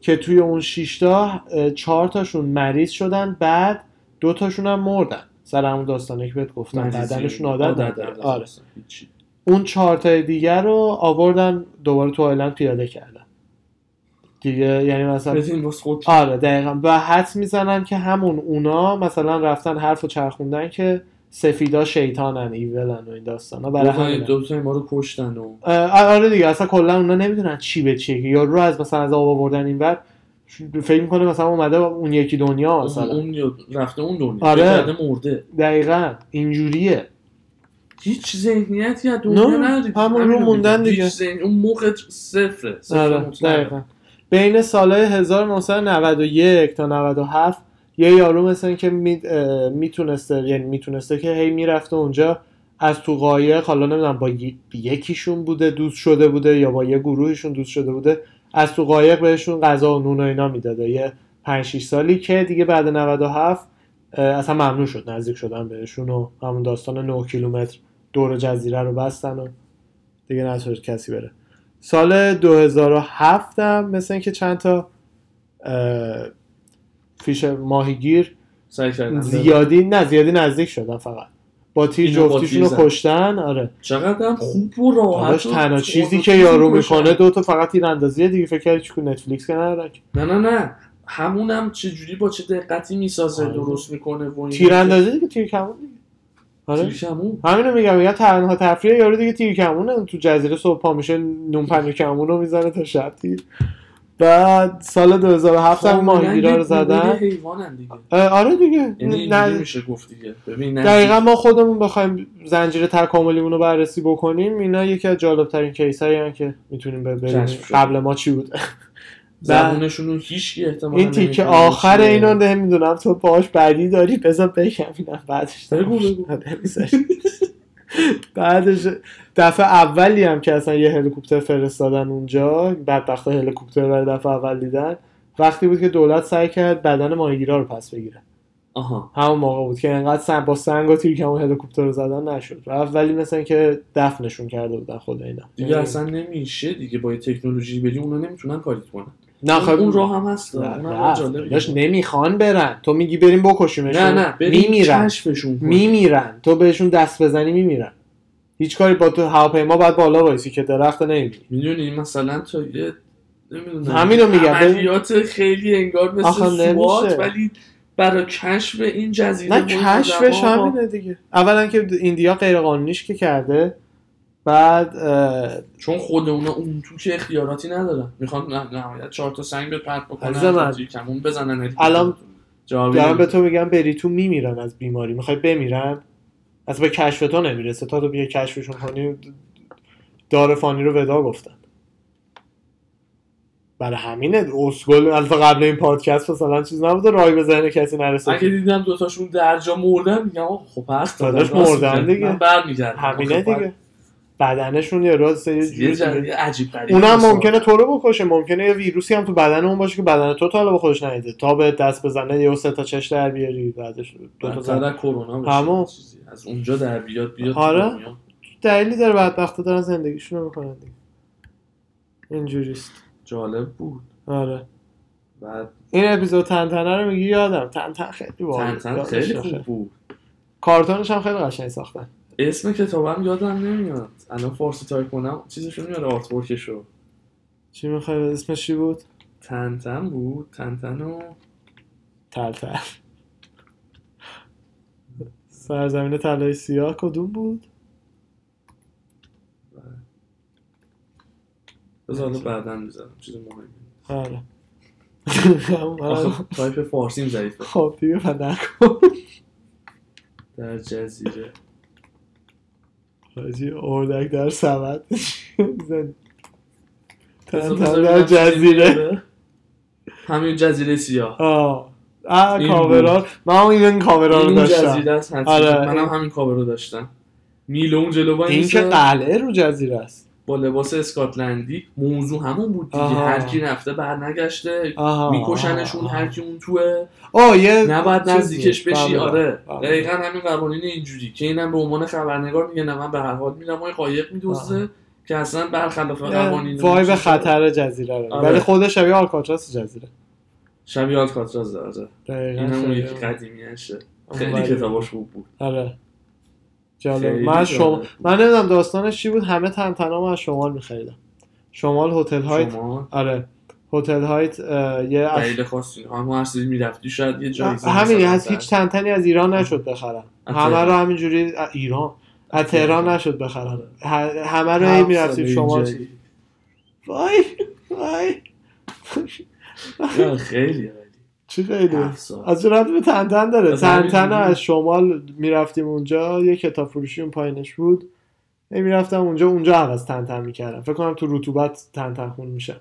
[SPEAKER 2] که توی اون 6 تا 4 تاشون مریض شدن بعد دو تاشون هم مردن سر همون داستانی که بهت گفتم
[SPEAKER 1] مریضی.
[SPEAKER 2] بدنشون عادت نداره آره
[SPEAKER 1] اصلا هیچی.
[SPEAKER 2] اون چهار تای دیگر رو آوردن دوباره تو آیلند پیاده کردن دیگه یعنی مثلا
[SPEAKER 1] بدین واسه خود
[SPEAKER 2] آره دقیقا و حدس میزنن که همون اونا مثلا رفتن حرف و چرخوندن که سفیدا شیطانن ایولن و این داستانا برای
[SPEAKER 1] بخواین
[SPEAKER 2] همین
[SPEAKER 1] دو تا ما رو کشتن و
[SPEAKER 2] آره دیگه اصلا کلا اونا نمیدونن چی به چیه که یارو از مثلا از آب آوردن اینور فکر میکنه مثلا اومده اون یکی دنیا مثلا
[SPEAKER 1] اون اون رفته اون دنیا
[SPEAKER 2] آره.
[SPEAKER 1] فکر کرده مرده
[SPEAKER 2] دقیقا اینجوریه
[SPEAKER 1] هیچ ذهنیتی از دنیا
[SPEAKER 2] نه،
[SPEAKER 1] نداری
[SPEAKER 2] همون رو
[SPEAKER 1] همینو
[SPEAKER 2] موندن
[SPEAKER 1] میگم.
[SPEAKER 2] دیگه.
[SPEAKER 1] هیچ ذهن- اون موقع صفره صفر
[SPEAKER 2] آره
[SPEAKER 1] مطلق.
[SPEAKER 2] دقیقا بین سالهای 1991 تا 97 یه یارو مثل که میتونسته یعنی میتونسته که هی میرفته اونجا از تو قایق حالا نمیدونم با ی- یکیشون بوده دوست شده بوده یا با یه گروهشون دوست شده بوده از تو قایق بهشون غذا و نون و اینا میداده یه 5 6 سالی که دیگه بعد 97 اه، اصلا ممنوع شد نزدیک شدن بهشون و همون داستان 9 کیلومتر دور جزیره رو بستن و دیگه نتونست کسی بره سال 2007 هم مثل اینکه چند تا اه، فیش ماهیگیر
[SPEAKER 1] سعی کردن
[SPEAKER 2] زیادی نه زیادی نزدیک شدن فقط با تیر
[SPEAKER 1] اینو با تیر
[SPEAKER 2] جفتیشون رو
[SPEAKER 1] زد.
[SPEAKER 2] کشتن آره
[SPEAKER 1] چقدر هم خوب و راحت
[SPEAKER 2] داداش
[SPEAKER 1] و-
[SPEAKER 2] تنها
[SPEAKER 1] خب،
[SPEAKER 2] چیزی
[SPEAKER 1] خب،
[SPEAKER 2] که
[SPEAKER 1] چیزی
[SPEAKER 2] یارو
[SPEAKER 1] باشه.
[SPEAKER 2] میکنه دو تا فقط تیراندازیه دیگه فکر کردی چیکو نتفلیکس که ندارن که.
[SPEAKER 1] نه نه نه همونم چه جوری با چه دقتی میسازه
[SPEAKER 2] آره.
[SPEAKER 1] درست میکنه و اینا.
[SPEAKER 2] تیراندازی دیگه تیر کمون دیگه آره
[SPEAKER 1] تیر کمون.
[SPEAKER 2] همینو میگم میگم تنها تفریح یارو دیگه تیر کمونه تو جزیره صبح پا میشه نون پنیر
[SPEAKER 1] خب.
[SPEAKER 2] کمون رو میزنه تا شب تیر بعد سال 2007 هم
[SPEAKER 1] کاملا
[SPEAKER 2] ماهیگیرا رو
[SPEAKER 1] یه گروه
[SPEAKER 2] زدن
[SPEAKER 1] حیوانن دیگه
[SPEAKER 2] اه، آره دیگه
[SPEAKER 1] یعنی
[SPEAKER 2] نه-
[SPEAKER 1] اینجوری میشه یعنی گفت دیگه ببین نزدیک-
[SPEAKER 2] دقیقا ما خودمون بخوایم زنجیره تکاملیمون رو بررسی بکنیم اینا یکی از جالبترین کیس هایی که میتونیم ببینیم
[SPEAKER 1] چشم شد.
[SPEAKER 2] قبل ما چی بود
[SPEAKER 1] زبونشون رو هیچ کی احتمال
[SPEAKER 2] این تیکه آخر اینو نمیدونم تو باش بعدی داری بذار بگم اینم بعدش
[SPEAKER 1] بگو، بگو.
[SPEAKER 2] نمی‌ذاری. بعدش دفعه اولی هم که اصلا یه هلیکوپتر فرستادن اونجا بدبخت هلیکوپتر برای دفعه اول دیدن وقتی بود که دولت سعی کرد بدن ماهیگیرا رو پس بگیره
[SPEAKER 1] آها
[SPEAKER 2] همون موقع بود که انقدر سن با سنگ و تیر کمون هلیکوپتر رو زدن نشد رفت ولی مثلا که دفنشون کرده بودن خود اینا یعنی
[SPEAKER 1] دیگه اصلا نمیشه دیگه با یه تکنولوژی بدی اونا نمیتونن کاریت کنن
[SPEAKER 2] نه خب
[SPEAKER 1] اون راه هم هست
[SPEAKER 2] نه،
[SPEAKER 1] اونم
[SPEAKER 2] نه،
[SPEAKER 1] جالبه.
[SPEAKER 2] داداش نمیخوان برن تو میگی بریم بکشیمشون
[SPEAKER 1] نه نه بریم
[SPEAKER 2] میمیرن
[SPEAKER 1] کشفشون کنیم.
[SPEAKER 2] میمیرن تو بهشون دست بزنی میمیرن هیچ کاری با تو هواپیما باید بالا وایسی که درخت نمیبینی
[SPEAKER 1] میدونی مثلا تا یه نمیدونم
[SPEAKER 2] همینو میگم.
[SPEAKER 1] عملیات خیلی انگار مثل
[SPEAKER 2] آخه
[SPEAKER 1] سوات
[SPEAKER 2] نمیشه.
[SPEAKER 1] ولی برای کشف این جزیره
[SPEAKER 2] نه
[SPEAKER 1] با این آدم‌ها
[SPEAKER 2] کشفش
[SPEAKER 1] با-
[SPEAKER 2] همینه دیگه اولا که ایندیا غیر قانونیش که کرده بعد اه،
[SPEAKER 1] چون خود اونا اون تو که اختیاراتی ندارن میخوان نه- نهایت چهار تا سنگ به پرت
[SPEAKER 2] عزیز من.
[SPEAKER 1] بکنن یه کمون بزنن
[SPEAKER 2] الان
[SPEAKER 1] جوابی
[SPEAKER 2] دارم به
[SPEAKER 1] نمی‌ده.
[SPEAKER 2] تو میگم بری تو میمیرن از بیماری میخوای بمیرن از به کشف تو نمیرسه تا تو بیا کشفشون کنی دار فانی رو ودا گفتن برای همینه اسکل البته قبل این پادکست مثلا چیز نبوده رای به ذهن کسی
[SPEAKER 1] اگه
[SPEAKER 2] نرسه
[SPEAKER 1] دیدم دوتاشون درجا مردن میگم آه، خب پس
[SPEAKER 2] داداش مردن دیگه.
[SPEAKER 1] من برمیگردم
[SPEAKER 2] همینه
[SPEAKER 1] آخه باید
[SPEAKER 2] دیگه بدنشون یه راز یه
[SPEAKER 1] جوری عجیب غریب
[SPEAKER 2] اونم ممکنه تو رو بکشه ممکنه یه ویروسی هم تو بدن اون باشه که بدن تو تا به خودش ندیده تا به دست بزنه یه سه تا چش در بیاری بعدش
[SPEAKER 1] دو تا زدن کرونا بشه از اونجا در بیاد بیاد
[SPEAKER 2] آره دلیلی داره بدبختا دارن زندگیشون رو میکنن دیگه اینجوریست
[SPEAKER 1] جالب بود
[SPEAKER 2] آره
[SPEAKER 1] بعد
[SPEAKER 2] این اپیزود تنتنه رو میگی یادم تنتن خیلی
[SPEAKER 1] باحال تنتن خیلی خوب بود
[SPEAKER 2] کارتونش هم خیلی قشنگ ساختن
[SPEAKER 1] اسم کتابم یادم نمیاد الان فارسی تایپ کنم چیزشو میاد آرت ورکشو
[SPEAKER 2] چی میخوای اسمش چی بود
[SPEAKER 1] تنتن بود تنتن و
[SPEAKER 2] تلتل سرزمین طلای سیاه کدوم بود
[SPEAKER 1] بذار بعدا میذارم چیز مهمی
[SPEAKER 2] آره
[SPEAKER 1] تایپ فارسیم ضعیفه
[SPEAKER 2] خب دیگه فدا نکن
[SPEAKER 1] در جزیره
[SPEAKER 2] حاجی اردک در سمت تن در جزیره
[SPEAKER 1] همین جزیره سیاه
[SPEAKER 2] آه کاورا من اون این کاورا رو داشتم
[SPEAKER 1] جزیره است آره منم همین کاورا داشتم میلو اون جلو
[SPEAKER 2] این که قلعه رو جزیره است
[SPEAKER 1] با لباس اسکاتلندی موضوع همون بود دیگه هر کی رفته بر نگشته میکشنشون هر کی اون توه
[SPEAKER 2] آه یه
[SPEAKER 1] نباید نزدیکش بشی
[SPEAKER 2] بله،
[SPEAKER 1] آره دقیقا همین قوانین اینجوری که اینم به عنوان خبرنگار میگه نه من به هر حال میرم و قایق میدوزه که اصلا برخلاف قوانین آره.
[SPEAKER 2] وای به خطر جزیره رو ولی خود شبیه آلکاتراس جزیره
[SPEAKER 1] شبیه آلکاتراس آره اینم اون یکی قدیمیشه خیلی کتاباش خوب بود
[SPEAKER 2] آره جالب من شما من نمیدونم داستانش چی بود همه تنتنا من از شمال میخریدم شمال هتل هایت
[SPEAKER 1] شمال؟
[SPEAKER 2] آره هتل هایت یه
[SPEAKER 1] دلیل خاصی هم هر سری میرفتی شاید یه جایی
[SPEAKER 2] همین از هیچ تنتنی از ایران نشد بخرم همه رو همینجوری ایران از تهران نشد بخرم همه رو هی میرفتیم شمال وای وای
[SPEAKER 1] خیلی
[SPEAKER 2] چی خیلی از رابطه به تنتن داره تنتن از شمال میرفتیم اونجا یه کتاب فروشی اون پایینش بود میرفتم اونجا اونجا عوض تنتن میکردم فکر کنم تو رطوبت تنتن خون میشه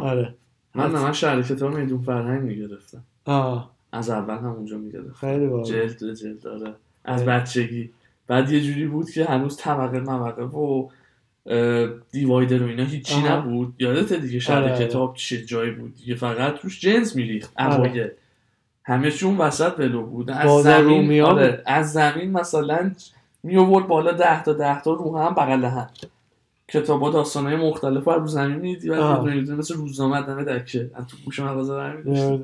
[SPEAKER 2] آره
[SPEAKER 1] من نه من شهر کتاب میدون فرهنگ میگرفتم
[SPEAKER 2] آه.
[SPEAKER 1] از اول هم اونجا میگرفتم
[SPEAKER 2] خیلی باحال
[SPEAKER 1] جلد جلد داره از بچگی بعد یه جوری بود که هنوز طبقه مبقه و دیوایدر و اینا هیچی آه. نبود یادت دیگه شهر آه. کتاب چه جایی بود دیگه فقط توش جنس میریخت اوایل همه چون وسط ولو بود از زمین آره. از زمین مثلا می آورد بالا ده تا ده تا رو هم بغل هم کتابا داستانهای مختلف رو زمین میدی و مثل روزنامه دمه دکه از تو گوش مغازه برمیداشت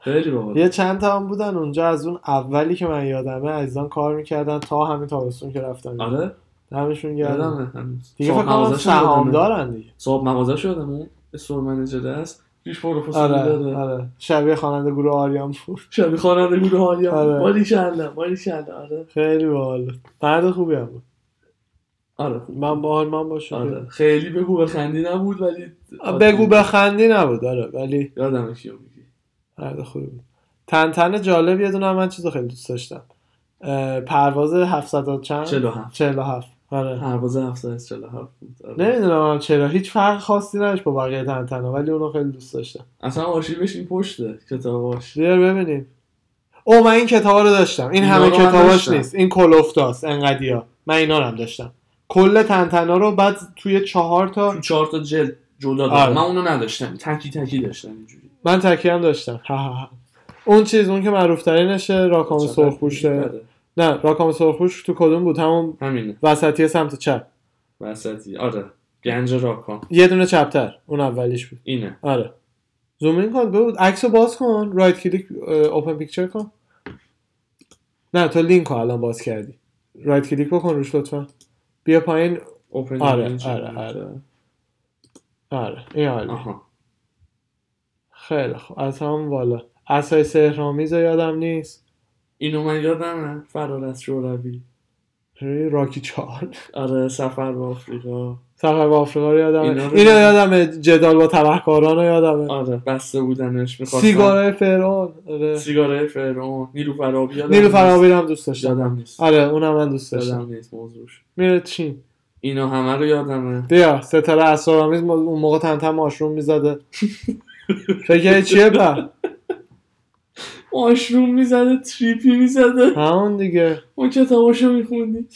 [SPEAKER 1] خیلی بابا
[SPEAKER 2] آره. یه چند تا هم بودن اونجا از اون اولی که من یادمه عزیزان کار میکردن تا همین تابستون که رفتم
[SPEAKER 1] آره
[SPEAKER 2] دمشون گردم دیگه فکر کنم سهام دارن دیگه
[SPEAKER 1] صاحب مغازه شدم اون استور منیجر است پیش پروفسور آره، داره
[SPEAKER 2] آره. شبیه خواننده گروه آریان بود
[SPEAKER 1] شبیه خواننده گروه آریان آره. باری شالله باری شالله آره
[SPEAKER 2] خیلی باحال مرد خوبی هم بود
[SPEAKER 1] آره
[SPEAKER 2] من باحال من باشم آره.
[SPEAKER 1] خیلی بگو بخندی نبود ولی
[SPEAKER 2] بگو بخندی نبود آره ولی
[SPEAKER 1] یادم کیو میگی
[SPEAKER 2] مرد خوبی بود تن تن جالب یه دونه من چیزو خیلی دوست داشتم پرواز 700 چند
[SPEAKER 1] 47
[SPEAKER 2] 47 آره
[SPEAKER 1] پرواز 747 بود
[SPEAKER 2] آره. نمیدونم چرا هیچ فرق خاصی نداشت با بقیه تنتنا ولی اونو خیلی دوست داشتم
[SPEAKER 1] اصلا آرشیوش این پشته کتاباش
[SPEAKER 2] بیا ببینیم او من این کتابا رو داشتم این همه کتاباش نیست این کلوفتاست انقدیا من اینا رو هم داشتم کل تنتنا رو بعد توی چهار تا
[SPEAKER 1] تو چهار تا جلد جدا آره. من اونو نداشتم تکی تکی داشتم اینجوری
[SPEAKER 2] من تکی هم داشتم ها ها ها. اون چیز اون که معروف ترینشه راکام سرخپوشه
[SPEAKER 1] بله.
[SPEAKER 2] نه راکام سرخپوش تو کدوم بود همون
[SPEAKER 1] آره. همینه
[SPEAKER 2] وسطی سمت چپ
[SPEAKER 1] وسطی آره گنج راکام
[SPEAKER 2] یه دونه چپتر اون اولیش بود
[SPEAKER 1] اینه
[SPEAKER 2] آره زوم این کن بود عکس باز کن رایت کلیک اوپن پیکچر کن نه تو لینک رو الان باز کردی رایت کلیک بکن روش لطفا بیا پایین
[SPEAKER 1] اوپن
[SPEAKER 2] آره آره آره آره این عالی خیلی خوب از هم بالا اصای سهرامیز یادم نیست
[SPEAKER 1] اینو من یادم فرار از شوروی
[SPEAKER 2] راکی چار
[SPEAKER 1] آره سفر به آفریقا
[SPEAKER 2] سفر به آفریقا رو یادم اینو, اینو یادم جدال با تبهکاران رو یادم
[SPEAKER 1] آره بسته بودنش
[SPEAKER 2] میخواستم سیگاره فرعون آره
[SPEAKER 1] سیگاره فرعون نیلوفر آبی
[SPEAKER 2] نیلوفر آبی هم دوست داشتم
[SPEAKER 1] یادم نیست
[SPEAKER 2] آره اونم من دوست داشتم
[SPEAKER 1] یادم نیست موضوعش
[SPEAKER 2] میره چین
[SPEAKER 1] اینا همه رو یادمه
[SPEAKER 2] بیا ستاره اسرارآمیز اون موقع تنتن ماشروم میزده فکر چیه با
[SPEAKER 1] ماشروم میزده تریپی میزده
[SPEAKER 2] همون دیگه
[SPEAKER 1] اون کتاباشو میخوندی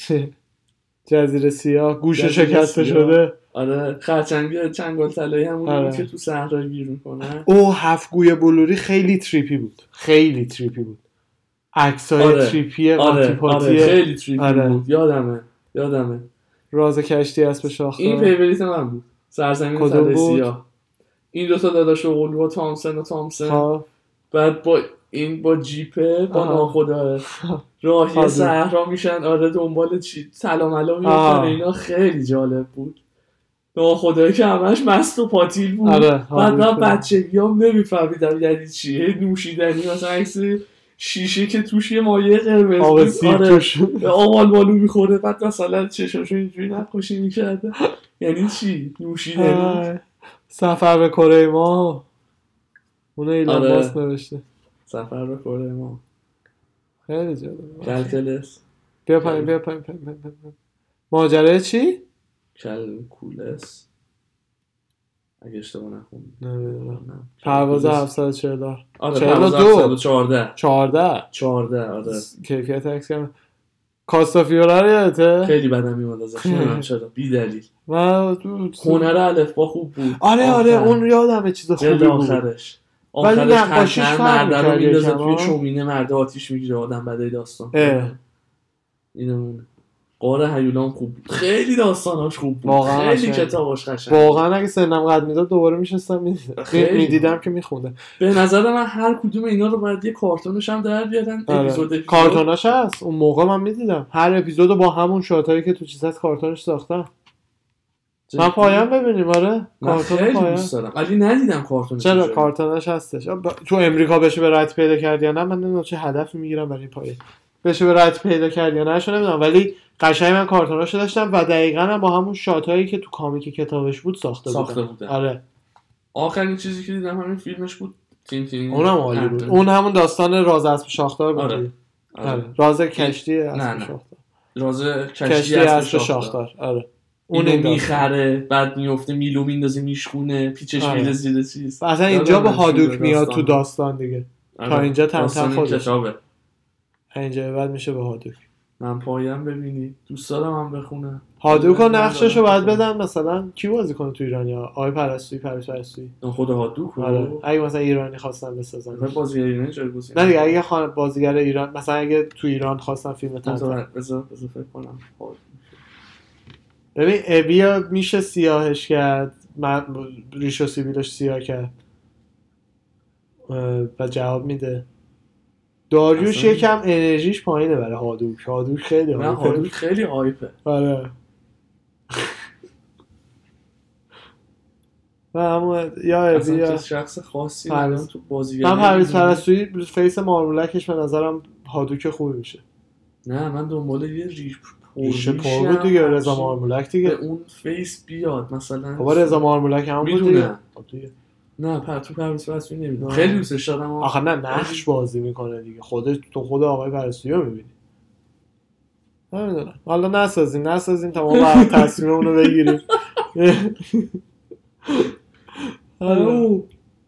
[SPEAKER 2] جزیره سیاه گوشه شکسته شده
[SPEAKER 1] آره خرچنگ چنگال طلایی همون آره. که تو صحرا گیر میکنه
[SPEAKER 2] او هفت گوی بلوری خیلی تریپی بود خیلی تریپی بود عکسای
[SPEAKER 1] آره.
[SPEAKER 2] تریپی
[SPEAKER 1] آره. آره.
[SPEAKER 2] آنتیپاتیه.
[SPEAKER 1] خیلی تریپی
[SPEAKER 2] آره.
[SPEAKER 1] بود یادمه یادمه
[SPEAKER 2] راز کشتی اسب شاخدار
[SPEAKER 1] این فیوریت من بود سرزمین
[SPEAKER 2] کدوم
[SPEAKER 1] طلای
[SPEAKER 2] بود؟
[SPEAKER 1] سیاه این دوتا داداش و قلوها تامسن و تامسن
[SPEAKER 2] ها.
[SPEAKER 1] بعد با این با جیپه با
[SPEAKER 2] خب. آها.
[SPEAKER 1] ناخدا راهی
[SPEAKER 2] آره.
[SPEAKER 1] صحرا میشن آره دنبال چی سلام علا میفتن
[SPEAKER 2] آه.
[SPEAKER 1] اینا خیلی جالب بود ناخدایی که همش مست و پاتیل بود
[SPEAKER 2] آره
[SPEAKER 1] بعد من
[SPEAKER 2] آره.
[SPEAKER 1] بچگی هم نمیفهمیدم یعنی چیه نوشیدنی مثلا عکس شیشه که توش یه مایه قرمز
[SPEAKER 2] آب
[SPEAKER 1] بود
[SPEAKER 2] سیب
[SPEAKER 1] آره
[SPEAKER 2] توش
[SPEAKER 1] آوال بالو میخوره بعد مثلا چشاشو اینجوری نقاشی میکرده یعنی چی نوشیدنی
[SPEAKER 2] آه. سفر به کره ما اون ایلان
[SPEAKER 1] آره.
[SPEAKER 2] ماسک نوشته
[SPEAKER 1] سفر به کره ما
[SPEAKER 2] خیلی جالب
[SPEAKER 1] کلکلس
[SPEAKER 2] بیا پایین بیا پایین پایین، پایین، پایین، پایین. ماجرای چی؟
[SPEAKER 1] کلکولس اگه اشتباه نخوندم
[SPEAKER 2] نمیدونم
[SPEAKER 1] نه.
[SPEAKER 2] پرواز
[SPEAKER 1] کلکولس.
[SPEAKER 2] 744
[SPEAKER 1] آره
[SPEAKER 2] چهل و
[SPEAKER 1] پرواز
[SPEAKER 2] دو.
[SPEAKER 1] 714
[SPEAKER 2] 14
[SPEAKER 1] 14 آره
[SPEAKER 2] کیفیت عکس کردم کاستافیورا رو یادته؟
[SPEAKER 1] خیلی بدم میومد ازش نمیدونم چرا بی دلیل
[SPEAKER 2] من تو-
[SPEAKER 1] هنر الف با خوب بود
[SPEAKER 2] آره آره
[SPEAKER 1] آخر.
[SPEAKER 2] اون یادمه چیز
[SPEAKER 1] جلد
[SPEAKER 2] خوبی بود
[SPEAKER 1] آخرش
[SPEAKER 2] ولی
[SPEAKER 1] آخرش
[SPEAKER 2] نقاشیش
[SPEAKER 1] خنجر
[SPEAKER 2] فرق
[SPEAKER 1] مرده رو
[SPEAKER 2] می‌کرد
[SPEAKER 1] میندازه
[SPEAKER 2] یکم،
[SPEAKER 1] توی
[SPEAKER 2] آه.
[SPEAKER 1] شومینه مرده آتیش میگیره آدم بدای داستان
[SPEAKER 2] اه.
[SPEAKER 1] اینمون قاره هیولام خوب بود خیلی داستاناش خوب بود
[SPEAKER 2] واقعاً
[SPEAKER 1] خیلی
[SPEAKER 2] قشنگ.
[SPEAKER 1] کتاباش قشنگ بود.
[SPEAKER 2] واقعا اگه سنم قد میداد دوباره میشستم
[SPEAKER 1] خیلی.
[SPEAKER 2] میدیدم که میخوندم
[SPEAKER 1] به نظر من هر کدوم اینا رو باید یه کارتونش هم در بیارن اپیزود
[SPEAKER 2] آره.
[SPEAKER 1] اپیزود.
[SPEAKER 2] کارتوناش هست اون موقع من میدیدم هر اپیزودو با همون شاتایی که تو چیز هست کارتونش ساختم
[SPEAKER 1] جدی.
[SPEAKER 2] من پایم ببینیم آره
[SPEAKER 1] من
[SPEAKER 2] کارتون
[SPEAKER 1] خیلی
[SPEAKER 2] پایم
[SPEAKER 1] دوست دارم ولی ندیدم کارتونش
[SPEAKER 2] چرا
[SPEAKER 1] اینجوری.
[SPEAKER 2] کارتوناش هستش آب- تو امریکا بشه به راحتی پیدا کرد یا نه من نمیدونم چه هدفی میگیرم برای این پایه بشه به راحتی پیدا کرد یا نه شو نمیدونم ولی قشنگ من کارتوناشو داشتم و دقیقا هم با همون شاتایی که تو کامیک کتابش بود ساخته,
[SPEAKER 1] ساخته
[SPEAKER 2] بودن.
[SPEAKER 1] بودن
[SPEAKER 2] آره
[SPEAKER 1] آخرین چیزی که دیدم همین فیلمش بود تین تین
[SPEAKER 2] اونم عالی بود
[SPEAKER 1] نه.
[SPEAKER 2] اون همون داستان راز اسب شاخدار بود
[SPEAKER 1] آره. آره.
[SPEAKER 2] آره. راز کشتی
[SPEAKER 1] نه،
[SPEAKER 2] اسب
[SPEAKER 1] نه.
[SPEAKER 2] شاخدار
[SPEAKER 1] راز
[SPEAKER 2] کشتی
[SPEAKER 1] کشتی
[SPEAKER 2] اسب
[SPEAKER 1] اسب شاخدار
[SPEAKER 2] شاخدار آره
[SPEAKER 1] اون
[SPEAKER 2] اون این داستان.
[SPEAKER 1] میخره بعد میفته میلو میندازه میشکونه پیچش
[SPEAKER 2] آره.
[SPEAKER 1] میره زیر چیز
[SPEAKER 2] اصلا اینجا
[SPEAKER 1] یادم
[SPEAKER 2] به
[SPEAKER 1] نمیاد چی
[SPEAKER 2] هادوک
[SPEAKER 1] بود
[SPEAKER 2] میاد تو
[SPEAKER 1] داستان.
[SPEAKER 2] داستان دیگه
[SPEAKER 1] آره.
[SPEAKER 2] تا اینجا تن
[SPEAKER 1] داستان
[SPEAKER 2] تن
[SPEAKER 1] این
[SPEAKER 2] خودش
[SPEAKER 1] کتابه
[SPEAKER 2] اینجا به بعد میشه به هادوک
[SPEAKER 1] من پایم ببینی دوست دارم هم بخونم
[SPEAKER 2] هادوک و
[SPEAKER 1] نه، نه،
[SPEAKER 2] نقشش رو باید
[SPEAKER 1] نه.
[SPEAKER 2] بدن مثلا کی بازی کنه تو ایرانیا آقای پرستویی پرستویی پرستویی
[SPEAKER 1] خود هادوک
[SPEAKER 2] آره
[SPEAKER 1] رو
[SPEAKER 2] اگه مثلا ایرانی خواستن
[SPEAKER 1] مثلا
[SPEAKER 2] بسازن
[SPEAKER 1] بازیگر ایرانی جایگزین
[SPEAKER 2] نه دیگه اگه خان- بازیگر ایران مثلا اگه تو ایران خواستن فیلم تن تن.
[SPEAKER 1] بذار بذار بذار فکر کنم
[SPEAKER 2] آره.
[SPEAKER 1] هادوک.
[SPEAKER 2] ببین ابیا میشه سیاهش کرد من ریش و سیبیلش سیاه کرد اه، و جواب میده داریوش
[SPEAKER 1] اصلا-
[SPEAKER 2] یکم انرژیش پایینه برای هادوک هادوک خیلی
[SPEAKER 1] نه
[SPEAKER 2] هادوک.
[SPEAKER 1] هادوک خیلی آیپه
[SPEAKER 2] آره و اما یا ابی
[SPEAKER 1] اصلا
[SPEAKER 2] یا
[SPEAKER 1] چیز شخص خاصی
[SPEAKER 2] پرس-
[SPEAKER 1] ندارم تو بازیگر
[SPEAKER 2] من پرویز پرستویی فیس مارمولکش به نظرم هادوک خوبی میشه
[SPEAKER 1] نه من دنبال یه ریپ
[SPEAKER 2] ریشه پر بود دیگه رضا مارمولک
[SPEAKER 1] به
[SPEAKER 2] دیگه
[SPEAKER 1] اون فیس بیاد مثلا
[SPEAKER 2] بابا رضا مارمولک هم بود دیگه
[SPEAKER 1] میدونم
[SPEAKER 2] خب دیگه.
[SPEAKER 1] نه پر تو پرویز پرستویی نمیدونم
[SPEAKER 2] نه.
[SPEAKER 1] خیلی دوستش دارم آخه
[SPEAKER 2] آخه نه نقش بازی میکنه دیگه خودش تو خود آقای پرستویی رو میبینی نمیدونم حالا نسازیم نسازیم تا ما بعد تصمیممون رو بگیریم آره.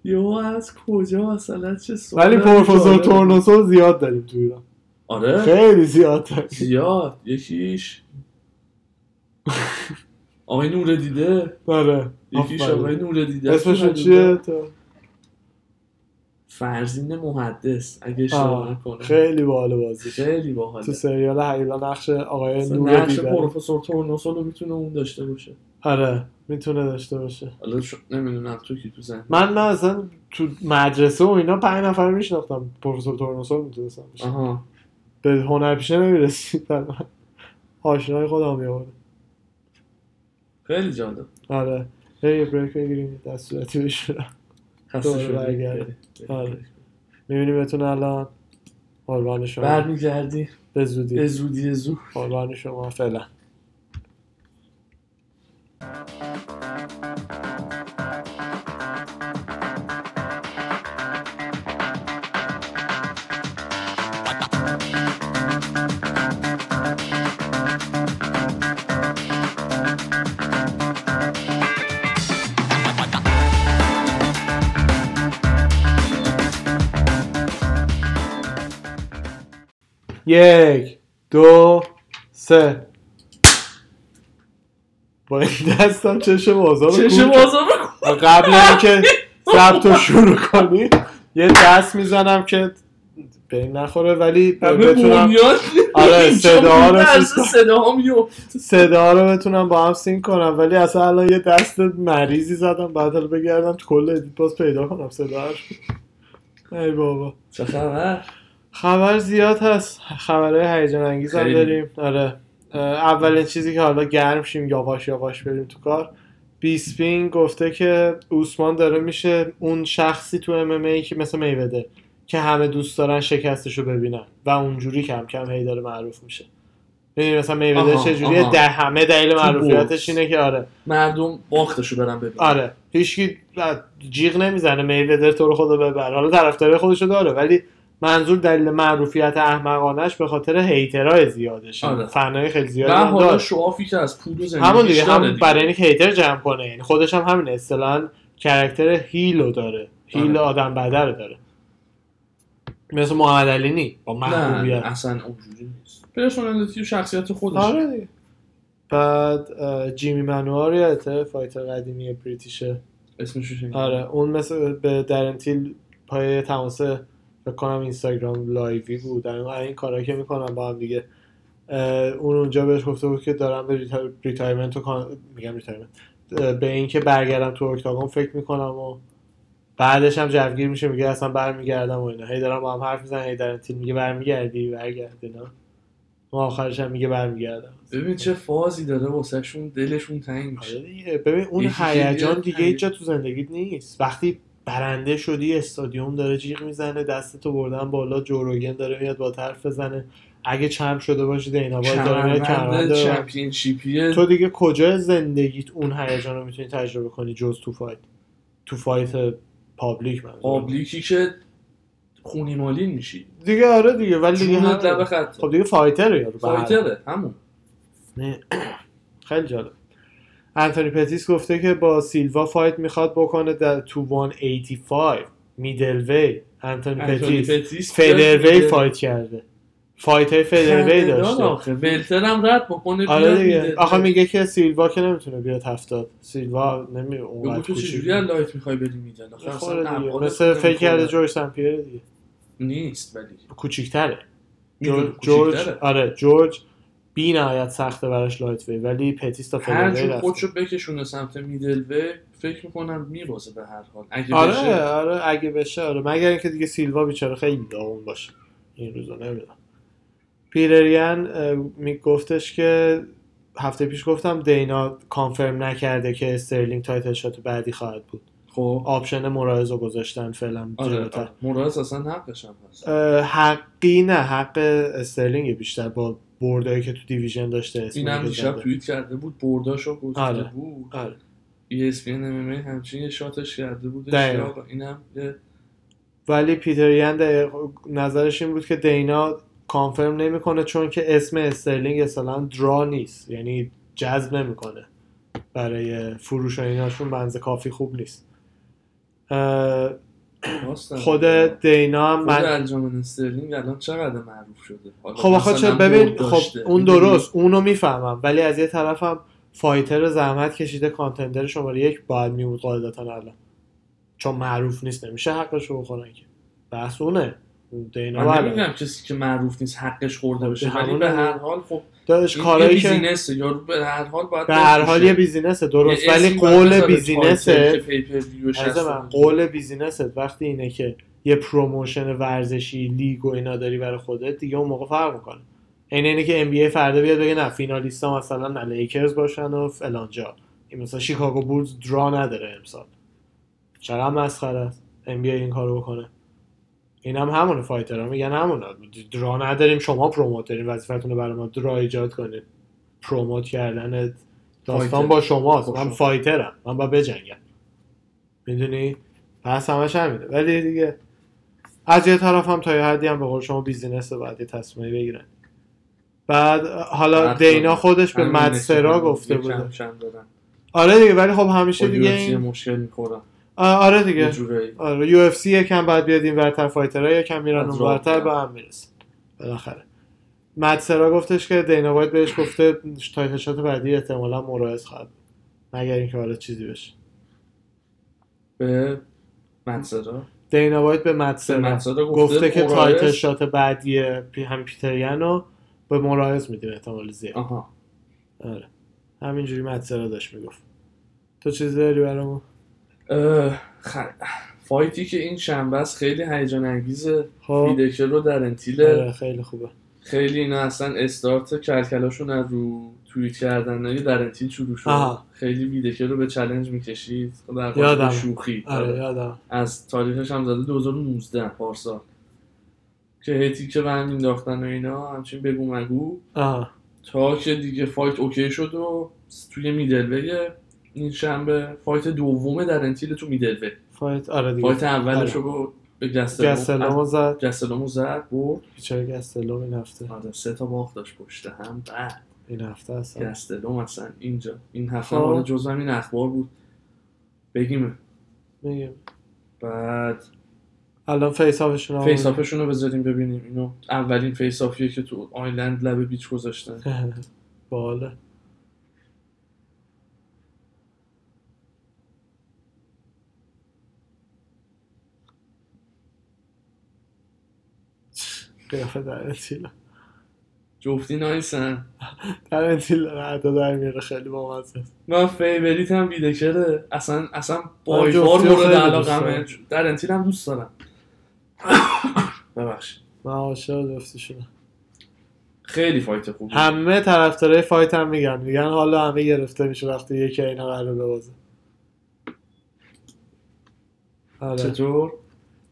[SPEAKER 1] یهو از کجا مثلا چه سوال
[SPEAKER 2] ولی پروفسور
[SPEAKER 1] جالب.
[SPEAKER 2] تورنوسو زیاد داریم تو ایران
[SPEAKER 1] آره
[SPEAKER 2] خیلی زیاد داریم
[SPEAKER 1] زیاد یکیش آقای نور دیده
[SPEAKER 2] آره
[SPEAKER 1] یکیش
[SPEAKER 2] آفرین.
[SPEAKER 1] آقای نور دیده
[SPEAKER 2] اسمشون چیه تو؟
[SPEAKER 1] فرزین محدث اگه اشتباه
[SPEAKER 2] آه،
[SPEAKER 1] نکنم
[SPEAKER 2] خیلی باحال بازیش
[SPEAKER 1] خیلی
[SPEAKER 2] تو
[SPEAKER 1] باحاله
[SPEAKER 2] سریال هیولا نقش آقای
[SPEAKER 1] مثلا
[SPEAKER 2] نور
[SPEAKER 1] نقش
[SPEAKER 2] دیدن
[SPEAKER 1] پروفسور تورنوسول رو میتونه اون داشته باشه
[SPEAKER 2] آره میتونه داشته باشه
[SPEAKER 1] حالا نمیدونم تو کی تو زن
[SPEAKER 2] من من اصلا تو مدرسه و اینا پنج نفر میشناختم پروفسور تورنوسول میتونستم باشه
[SPEAKER 1] آها
[SPEAKER 2] به هنرپیشه نمیرسید آشنای خودم میابرد
[SPEAKER 1] خیلی جالب
[SPEAKER 2] آره هی یه بریک بگیریم یه دست صورتی بشورم
[SPEAKER 1] خسته
[SPEAKER 2] دوباره آره.
[SPEAKER 1] شدی
[SPEAKER 2] برگردی. میبینیم بهتون الان قربان شما
[SPEAKER 1] برمیگردی
[SPEAKER 2] به
[SPEAKER 1] به
[SPEAKER 2] زودی
[SPEAKER 1] زودی زود
[SPEAKER 2] قربان شما فعلا یک دو سه با این دستم چشم آزار
[SPEAKER 1] چشم بازار
[SPEAKER 2] قبل اینکه ضبط رو شروع کنی یه دست میزنم که به این نخوره ولی
[SPEAKER 1] همه
[SPEAKER 2] بتونم
[SPEAKER 1] بنیاد
[SPEAKER 2] آره، صداها رو سیستم.
[SPEAKER 1] صدا هم میفت
[SPEAKER 2] صدا رو بتونم با هم سین کنم ولی اصلا الان یه دست مریضی زدم بعد حالا بگردم تو کل ادیت باز پیدا کنم صدا رو. ای بابا
[SPEAKER 1] چه خبر
[SPEAKER 2] خبر زیاد هست خبرهای هیجان انگیز هم
[SPEAKER 1] خیلی.
[SPEAKER 2] داریم آره اه، اولین چیزی که حالا گرم شیم یواش یواش بریم تو کار بیسپین گفته که اوسمان داره میشه اون شخصی تو ام ام ای که مثل میوده که همه دوست دارن شکستش رو ببینن و اونجوری کم کم هی داره معروف میشه ببین مثلا میوده
[SPEAKER 1] آها،
[SPEAKER 2] چجوریه
[SPEAKER 1] آها.
[SPEAKER 2] در همه دلیل معروفیتش
[SPEAKER 1] بورس.
[SPEAKER 2] اینه که آره
[SPEAKER 1] مردم باختشو برن ببینن
[SPEAKER 2] آره هیچکی جیغ نمیزنه میودر تو رو خدا ببر حالا طرفدارای خودشو داره ولی منظور دلیل معروفیت احمقانش به خاطر هیترای زیادشه
[SPEAKER 1] آره.
[SPEAKER 2] فنای خیلی
[SPEAKER 1] و
[SPEAKER 2] زیادی هم
[SPEAKER 1] حالا
[SPEAKER 2] داره
[SPEAKER 1] شعافی که از پول و زندگیش
[SPEAKER 2] همون دیگه
[SPEAKER 1] داره
[SPEAKER 2] هم برای اینکه هیتر جمع کنه یعنی خودش هم همین اصطلاحا کرکتر هیلو داره هیل
[SPEAKER 1] آره.
[SPEAKER 2] آدم بدر رو داره مثل محمد علی نی با
[SPEAKER 1] نه نه،
[SPEAKER 2] محبوبیت
[SPEAKER 1] اصلا اونجوری نیست پرسونالیتی و شخصیت خودش
[SPEAKER 2] آره دیگه. بعد اه، جیمی منوار یادته فایتر قدیمی بریتیشه
[SPEAKER 1] اسمشو شنیدم.
[SPEAKER 2] آره اون مثل به درنتیل پای تماس فکر کنم اینستاگرام لایوی بود در واقع این کارا که میکنم با هم دیگه اه، اون اونجا بهش گفته بود که دارم به ریتا- ریتایرمنت رو کان- میگم ریتایرمنت اه، به اینکه برگردم تو اکتاگون فکر میکنم و بعدش هم جوگیر میشه میگه اصلا برمیگردم و اینا هی دارم با هم حرف میزنن هی درنتیل میگه برمیگردی برگرد اینا و آخرش هم میگه برمیگردم
[SPEAKER 1] ببین چه فازی داره واسهشون دلشون تنگ میشه
[SPEAKER 2] آره دیگه ببین اون
[SPEAKER 1] یکی که
[SPEAKER 2] هیجان
[SPEAKER 1] دیگه
[SPEAKER 2] دیگه
[SPEAKER 1] هی-
[SPEAKER 2] هیچ جا تو زندگیت نیست وقتی برنده شدی استادیوم داره جیغ میزنه دستتو بردن بالا جوروگن داره میاد با طرف بزنه اگه چمپ شده باشی دینا وایت داره میاد آره، کمربند
[SPEAKER 1] کمربند
[SPEAKER 2] داره.
[SPEAKER 1] چمپینشیپیه
[SPEAKER 2] تو دیگه کجای زندگیت اون هیجان رو میتونی تجربه کنی جز تو فایت تو فایت پابلیک من
[SPEAKER 1] پابلیکی که خونی مالین میشی
[SPEAKER 2] دیگه آره دیگه ولی دیگه
[SPEAKER 1] جونت لب
[SPEAKER 2] همه.
[SPEAKER 1] خط
[SPEAKER 2] خب بله. دیگه فایتره یارو به هر حال.
[SPEAKER 1] فایتره همون
[SPEAKER 2] نه. خیلی جالب انتونی پتیس گفته که با سیلوا فایت میخواد بکنه در تو 185 میدل وی انتونی
[SPEAKER 1] انتونی
[SPEAKER 2] پتیس
[SPEAKER 1] پتیس
[SPEAKER 2] فیدر وی
[SPEAKER 1] بیاد-
[SPEAKER 2] فایت کرده فایت های فیدر وی
[SPEAKER 1] خنده‌دار
[SPEAKER 2] داشته
[SPEAKER 1] آخه ولتر هم رد بکنه
[SPEAKER 2] آره
[SPEAKER 1] بیاد
[SPEAKER 2] دیگه
[SPEAKER 1] میده.
[SPEAKER 2] آخه میگه که سیلوا که نمیتونه بیاد هفتاد سیلوا نمی
[SPEAKER 1] بگو
[SPEAKER 2] اونقدر
[SPEAKER 1] تو
[SPEAKER 2] کوچیک
[SPEAKER 1] چجوری از لایت میخوای بری میدن آخه
[SPEAKER 2] میخوره
[SPEAKER 1] اصلا
[SPEAKER 2] آره دیگه
[SPEAKER 1] ابعادش
[SPEAKER 2] مثل فکر کرده
[SPEAKER 1] نمی‌خوره.
[SPEAKER 2] جورج سمپیر دیگه
[SPEAKER 1] نیست ولی
[SPEAKER 2] کوچیکتره
[SPEAKER 1] میدونم،
[SPEAKER 2] جورج جورج
[SPEAKER 1] کوچیک‌تره.
[SPEAKER 2] آره جورج بی نهایت سخته براش لایت وی ولی پتیس تا فیدر
[SPEAKER 1] هر
[SPEAKER 2] وی
[SPEAKER 1] جور
[SPEAKER 2] رفته.
[SPEAKER 1] خودشو بکشونه سمت میدل وی فکر میکنم میبازه به هر حال اگه
[SPEAKER 2] آره
[SPEAKER 1] بشه
[SPEAKER 2] آره اگه بشه آره مگر اینکه دیگه سیلوا بیچاره خیلی داغون باشه این روزا نمیدونم پیرریان اه، می گفتش که هفته پیش گفتم دینا کانفرم نکرده که استرلینگ تایتل شات بعدی خواهد بود
[SPEAKER 1] خب
[SPEAKER 2] آپشن مورایز رو گذاشتن فعلا
[SPEAKER 1] آره
[SPEAKER 2] جلوتر.
[SPEAKER 1] آره.
[SPEAKER 2] آره،
[SPEAKER 1] مورایز اصلا حقش هم هست
[SPEAKER 2] اه، حقی نه حق استرلینگ بیشتر با بردایی که تو دیویژن داشته اسمی
[SPEAKER 1] این هم
[SPEAKER 2] که
[SPEAKER 1] دیشب
[SPEAKER 2] زده.
[SPEAKER 1] توییت کرده بود برداشو گفته
[SPEAKER 2] آره.
[SPEAKER 1] بود
[SPEAKER 2] آره.
[SPEAKER 1] ESPN MMA همچین یه شاتش کرده بود
[SPEAKER 2] دقیقا.
[SPEAKER 1] اینم یه
[SPEAKER 2] ولی پیتریان دقیق- نظرش این بود که دینا کانفرم نمیکنه چون که اسم استرلینگ اصلا درا نیست یعنی جذب نمیکنه برای فروش و ایناشون بنز کافی خوب نیست اه،
[SPEAKER 1] راست
[SPEAKER 2] خود
[SPEAKER 1] نداره.
[SPEAKER 2] دینا هم
[SPEAKER 1] بله. خود
[SPEAKER 2] من
[SPEAKER 1] الجامن استرلینگ الان چقدر معروف شده حالا
[SPEAKER 2] خب آخه چه
[SPEAKER 1] مثلا
[SPEAKER 2] ببین
[SPEAKER 1] برد
[SPEAKER 2] خب
[SPEAKER 1] داشته.
[SPEAKER 2] اون
[SPEAKER 1] می‌دونی؟
[SPEAKER 2] درست اونو میفهمم ولی از یه طرفم فایتر زحمت کشیده کانتندر شماره یک باید میبود قاعدتا الان چون معروف نیست نمیشه حقش رو بخورن که بحث اونه دینا
[SPEAKER 1] من
[SPEAKER 2] بله.
[SPEAKER 1] نمیگم کسی که معروف نیست حقش خورده بشه
[SPEAKER 2] همون
[SPEAKER 1] ولی به
[SPEAKER 2] هم.
[SPEAKER 1] هر حال خب
[SPEAKER 2] داداش
[SPEAKER 1] این یه
[SPEAKER 2] کارایی که
[SPEAKER 1] بیزینسه یارو به هر حال باید
[SPEAKER 2] به هر حال
[SPEAKER 1] بفروشه.
[SPEAKER 2] یه بیزینسه
[SPEAKER 1] یه
[SPEAKER 2] درست
[SPEAKER 1] اسمی
[SPEAKER 2] ولی
[SPEAKER 1] باید
[SPEAKER 2] قول
[SPEAKER 1] بذاره تایتل
[SPEAKER 2] بیزینسه
[SPEAKER 1] که پی پر ویوش
[SPEAKER 2] عزیز
[SPEAKER 1] هست.
[SPEAKER 2] من قول بیزینست وقتی اینه که یه پروموشن ورزشی لیگ و اینا داری برای خودت دیگه اون موقع فرق میکنه این اینه که NBA فردا بیاد بگه نه فینالیستا مثلا نه لیکرز باشن و فلانجا این مثلا شیکاگو بولز درا نداره امسال چقدر مسخره است NBA این کارو بکنه این هم همونه فایتر هم میگن همونه درا نداریم شما پروموترین وظیفتون رو برای ما درا ایجاد کنید پروموت کردن داستان
[SPEAKER 1] فایتر.
[SPEAKER 2] با شماست
[SPEAKER 1] با
[SPEAKER 2] من
[SPEAKER 1] خب شما.
[SPEAKER 2] فایترم من باید بجنگم میدونی پس همش همینه ولی دیگه از یه طرف هم تا یه حدی هم به قول شما بیزینس باید یه تصمیمی بگیرن بعد حالا
[SPEAKER 1] حرف
[SPEAKER 2] دینا
[SPEAKER 1] دادن.
[SPEAKER 2] خودش به
[SPEAKER 1] همین
[SPEAKER 2] مد
[SPEAKER 1] نشون
[SPEAKER 2] سرا
[SPEAKER 1] دادن.
[SPEAKER 2] گفته
[SPEAKER 1] یه
[SPEAKER 2] بوده
[SPEAKER 1] کم کم دادن.
[SPEAKER 2] آره دیگه ولی خب همیشه
[SPEAKER 1] با
[SPEAKER 2] دیگه
[SPEAKER 1] UFC
[SPEAKER 2] این
[SPEAKER 1] مشکل میخورم
[SPEAKER 2] آ- آره
[SPEAKER 1] یه
[SPEAKER 2] دیگه
[SPEAKER 1] جورایی
[SPEAKER 2] آره یو اف سی یکم بعد بیاد این ورتر فایترها یکم میرن
[SPEAKER 1] از
[SPEAKER 2] اون
[SPEAKER 1] راه
[SPEAKER 2] ورتر
[SPEAKER 1] میرن.
[SPEAKER 2] به هم میرسن بالاخره مد سرا گفتش که دینا وایت بهش گفته تایتل شات بعدی احتمالا مورایز خواهد بود. مگر اینکه حالا چیزی بشه
[SPEAKER 1] به منصرا
[SPEAKER 2] دینا وایت به مدسرا
[SPEAKER 1] منصرا
[SPEAKER 2] گفته, که
[SPEAKER 1] مورایس-
[SPEAKER 2] تایتل شات بعدی پی هم پیتریان رو به مورایز میدیم احتمال زیاد
[SPEAKER 1] آها
[SPEAKER 2] آره همینجوری مدسرا داشت میگفت تو چیز داری برامون
[SPEAKER 1] اه، خ- فایتی که این شنبه است خیلی هیجان انگیزه
[SPEAKER 2] خب
[SPEAKER 1] فیدکر رو در انتیل
[SPEAKER 2] آره خیلی خوبه
[SPEAKER 1] خیلی اینا اصلا استارت کلکلاشون از رو توییت کردن های در انتیل شروع شد
[SPEAKER 2] آها.
[SPEAKER 1] خیلی ویدکر رو به چلنج میکشید خب در قالب
[SPEAKER 2] یادم.
[SPEAKER 1] شوخی
[SPEAKER 2] آره یادم
[SPEAKER 1] از تاریخش هم زده 2019 پارسال که هیتی که بند انداختن و اینا همچین بگو مگو
[SPEAKER 2] آه
[SPEAKER 1] تا که دیگه فایت اوکی شد و توی میدلوی این شنبه فایت دومه در انتیل تو میدلوی
[SPEAKER 2] فایت آره دیگه
[SPEAKER 1] فایت اولش رو با- به گستلوم
[SPEAKER 2] گستلامو زد
[SPEAKER 1] گستلومو زد برد
[SPEAKER 2] بیچاره گستلام این هفته
[SPEAKER 1] آره سه تا باخت داشت پشت هم بعد
[SPEAKER 2] این هفته است
[SPEAKER 1] گستلوم اصلا اینجا این هفته
[SPEAKER 2] خب.
[SPEAKER 1] مال جزو همین اخبار بود بگیم
[SPEAKER 2] میگم
[SPEAKER 1] بعد
[SPEAKER 2] الان فیس آفشون آمده.
[SPEAKER 1] فیس آفشون رو بذاریم ببینیم اینو اولین فیس آفیه که تو آیلند لب بیچ گذاشتن
[SPEAKER 2] بله. باله قیافه ترنتیلو
[SPEAKER 1] جفتی نایسن
[SPEAKER 2] ترنتیلو حتی در میره خیلی بامزه است.
[SPEAKER 1] من فیوریت هم بیدکره اصلا اصلا
[SPEAKER 2] من
[SPEAKER 1] بایفار
[SPEAKER 2] جفتی رو
[SPEAKER 1] مورد
[SPEAKER 2] خیلی
[SPEAKER 1] علاقمه در انتیل هم دوست دارم ببخشید
[SPEAKER 2] من عاشق جفتشونم
[SPEAKER 1] خیلی فایت خوبی
[SPEAKER 2] همه طرفدارای فایت هم میگن میگن حالا همه گرفته میشه وقتی یکی اینا قرار ببازه آره
[SPEAKER 1] چطور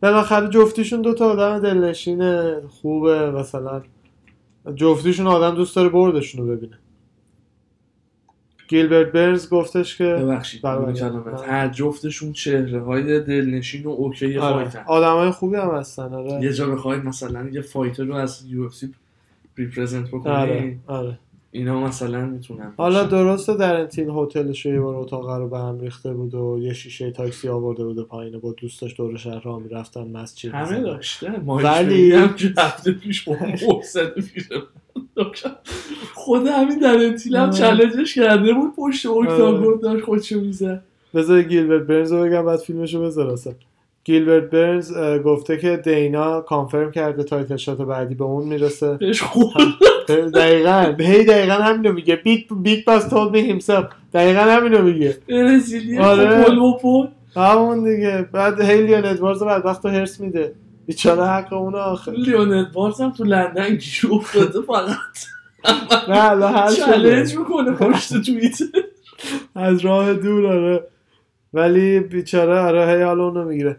[SPEAKER 2] بالاخره جفتیشون دوتا آدم دلنشین خوبه مثلا جفتیشون آدم دوست داره بردشون رو ببینه گیلبرت برنز گفتش که
[SPEAKER 1] ببخشید
[SPEAKER 2] بله،
[SPEAKER 1] اون
[SPEAKER 2] بله.
[SPEAKER 1] کلمت
[SPEAKER 2] بله.
[SPEAKER 1] هر جفتشون چهره های دلنشین و اوکی فایت
[SPEAKER 2] آره آدم های خوبی هم هستن آره
[SPEAKER 1] یه جا بخواید مثلا یه فایتر رو از یو اف سی ریپرزنت بکنی
[SPEAKER 2] آره آره
[SPEAKER 1] اینا مثلا میتونن
[SPEAKER 2] حالا درسته در تیل هتلش یه بار اتاق رو به هم ریخته بود و یه شیشه تاکسی آورده بود پایین و با دوستاش دور شهر راه میرفتن مسجد
[SPEAKER 1] همه
[SPEAKER 2] می‌زدن.
[SPEAKER 1] داشته
[SPEAKER 2] ولی-
[SPEAKER 1] ولی هم که هفته پیش با محسن میره خود همین در انتیل هم
[SPEAKER 2] آره.
[SPEAKER 1] چالنجش کرده بود پشت اوکتاگون داشت خودشو میزد
[SPEAKER 2] بذار گیلبرت برنز رو بگم بعد فیلمشو بذار اصلا گیلبرت برنز اه، گفته که دینا کانفرم کرده تایتل شات بعدی به اون میرسه
[SPEAKER 1] بهش خود
[SPEAKER 2] دقیقا هی دقیقا همینو میگه بیگ بیگ باس تولد می himself دقیقا همینو میگه
[SPEAKER 1] برزیلی
[SPEAKER 2] آره.
[SPEAKER 1] پول و پول
[SPEAKER 2] همون دیگه بعد هی لیون ادواردز بعد وقت هرس میده بیچاره حق اون آخه
[SPEAKER 1] لیونت بارز هم تو لندن گیش افتاده فقط
[SPEAKER 2] نه الان هر شده
[SPEAKER 1] چالنج میکنه پشت توییت
[SPEAKER 2] از راه دور آره ولی بیچاره آره هی حالا اونو میگیره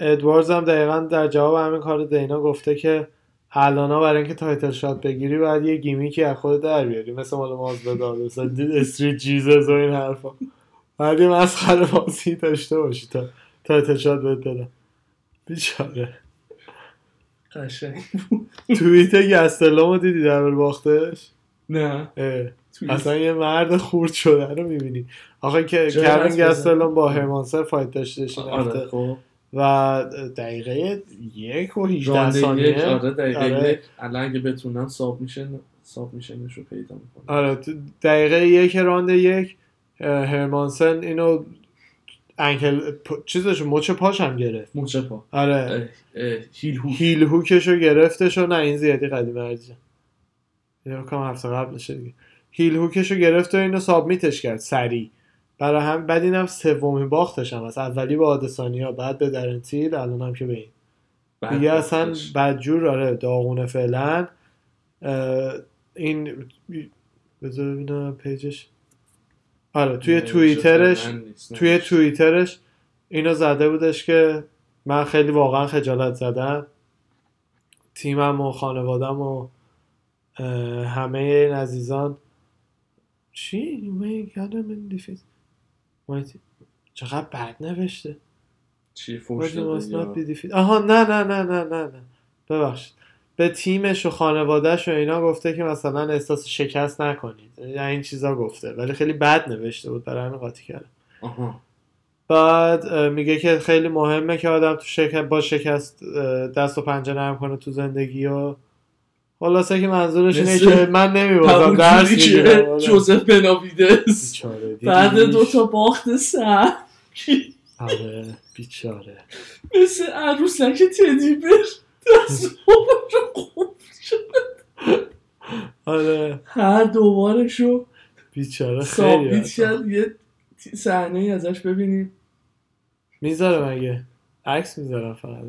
[SPEAKER 2] ادواردز هم دقیقا در جواب همین کار دینا گفته که الانا برای اینکه تایتل شات بگیری باید یه گیمیکی از خود در بیاری مثل مال ماز بدار مثلا دید استریت جیزز و این حرفا باید یه مسخره بازی داشته باشی تا تایتل شات بهت بدن بیچاره
[SPEAKER 1] قشنگ
[SPEAKER 2] توییت گستلامو دیدی در مورد باختش
[SPEAKER 1] نه
[SPEAKER 2] اه.
[SPEAKER 1] توییت.
[SPEAKER 2] اصلا یه مرد خورد شدن رو میبینی آخه که
[SPEAKER 1] چرا دست
[SPEAKER 2] کوین
[SPEAKER 1] بزن؟
[SPEAKER 2] گستلون با هرمانسر فایت داشتش این
[SPEAKER 1] آره
[SPEAKER 2] هفته
[SPEAKER 1] خب
[SPEAKER 2] و دقیقه یک و 18
[SPEAKER 1] رانده یک
[SPEAKER 2] ثانیه
[SPEAKER 1] آره دقیقه
[SPEAKER 2] آره.
[SPEAKER 1] یک الان اگه بتونن ساب میشن ساب میشنش رو پیدا میکنن
[SPEAKER 2] آره تو دقیقه یک راند یک اه، هرمانسن اینو انکل پ- چیزش مچ پاش هم گرفت
[SPEAKER 1] مچه پا
[SPEAKER 2] آره
[SPEAKER 1] اه، اه، هیل هو
[SPEAKER 2] هیل هوکش رو گرفتش و نه این زیادی قدیم ارزی یه کم هفته قبل نشه دیگه هیل هوکش رو گرفت و اینو سابمیتش کرد سریع برای هم بعد اینم سومین باختش هم هست اولی به آدسانیا بعد به درنتیل الان هم که به این
[SPEAKER 1] بعد
[SPEAKER 2] دیگه اصلا
[SPEAKER 1] گفتش.
[SPEAKER 2] بدجور آره داغونه فعلا اه، این بذار ببینم پیجش آره توی
[SPEAKER 1] اینجا
[SPEAKER 2] توییترش
[SPEAKER 1] فعلا نیست.
[SPEAKER 2] توی توییترش اینو زده بودش که من خیلی واقعا خجالت زدم تیمم و خانوادم و اه، همه این عزیزان چی؟ من یادم این دیفیز. مایتی- چقدر بد نوشته
[SPEAKER 1] چی فوش
[SPEAKER 2] But you must not
[SPEAKER 1] داده
[SPEAKER 2] be defeated. آها نه نه نه نه نه نه ببخشید به تیمش و خانوادهش و اینا گفته که مثلا احساس شکست نکنید یعنی این چیزا گفته ولی خیلی بد نوشته بود برای همین قاطی کرد
[SPEAKER 1] آها
[SPEAKER 2] بعد اه، میگه که خیلی مهمه که آدم تو شکست با شکست اه، دست و پنجه نرم کنه تو زندگی و خلاصه که منظورش اینه که من نمیبازم درس آره.
[SPEAKER 1] میگیرم جوزف بناویدس بعد دو تا باخت سر
[SPEAKER 2] آره بیچاره
[SPEAKER 1] مثل عروسک تدیبر دست رو شد
[SPEAKER 2] آره
[SPEAKER 1] هر دوبارش رو
[SPEAKER 2] بیچاره
[SPEAKER 1] خیلی کرد یه صحنه ای ازش ببینیم
[SPEAKER 2] میذاره مگه عکس میذارم فقط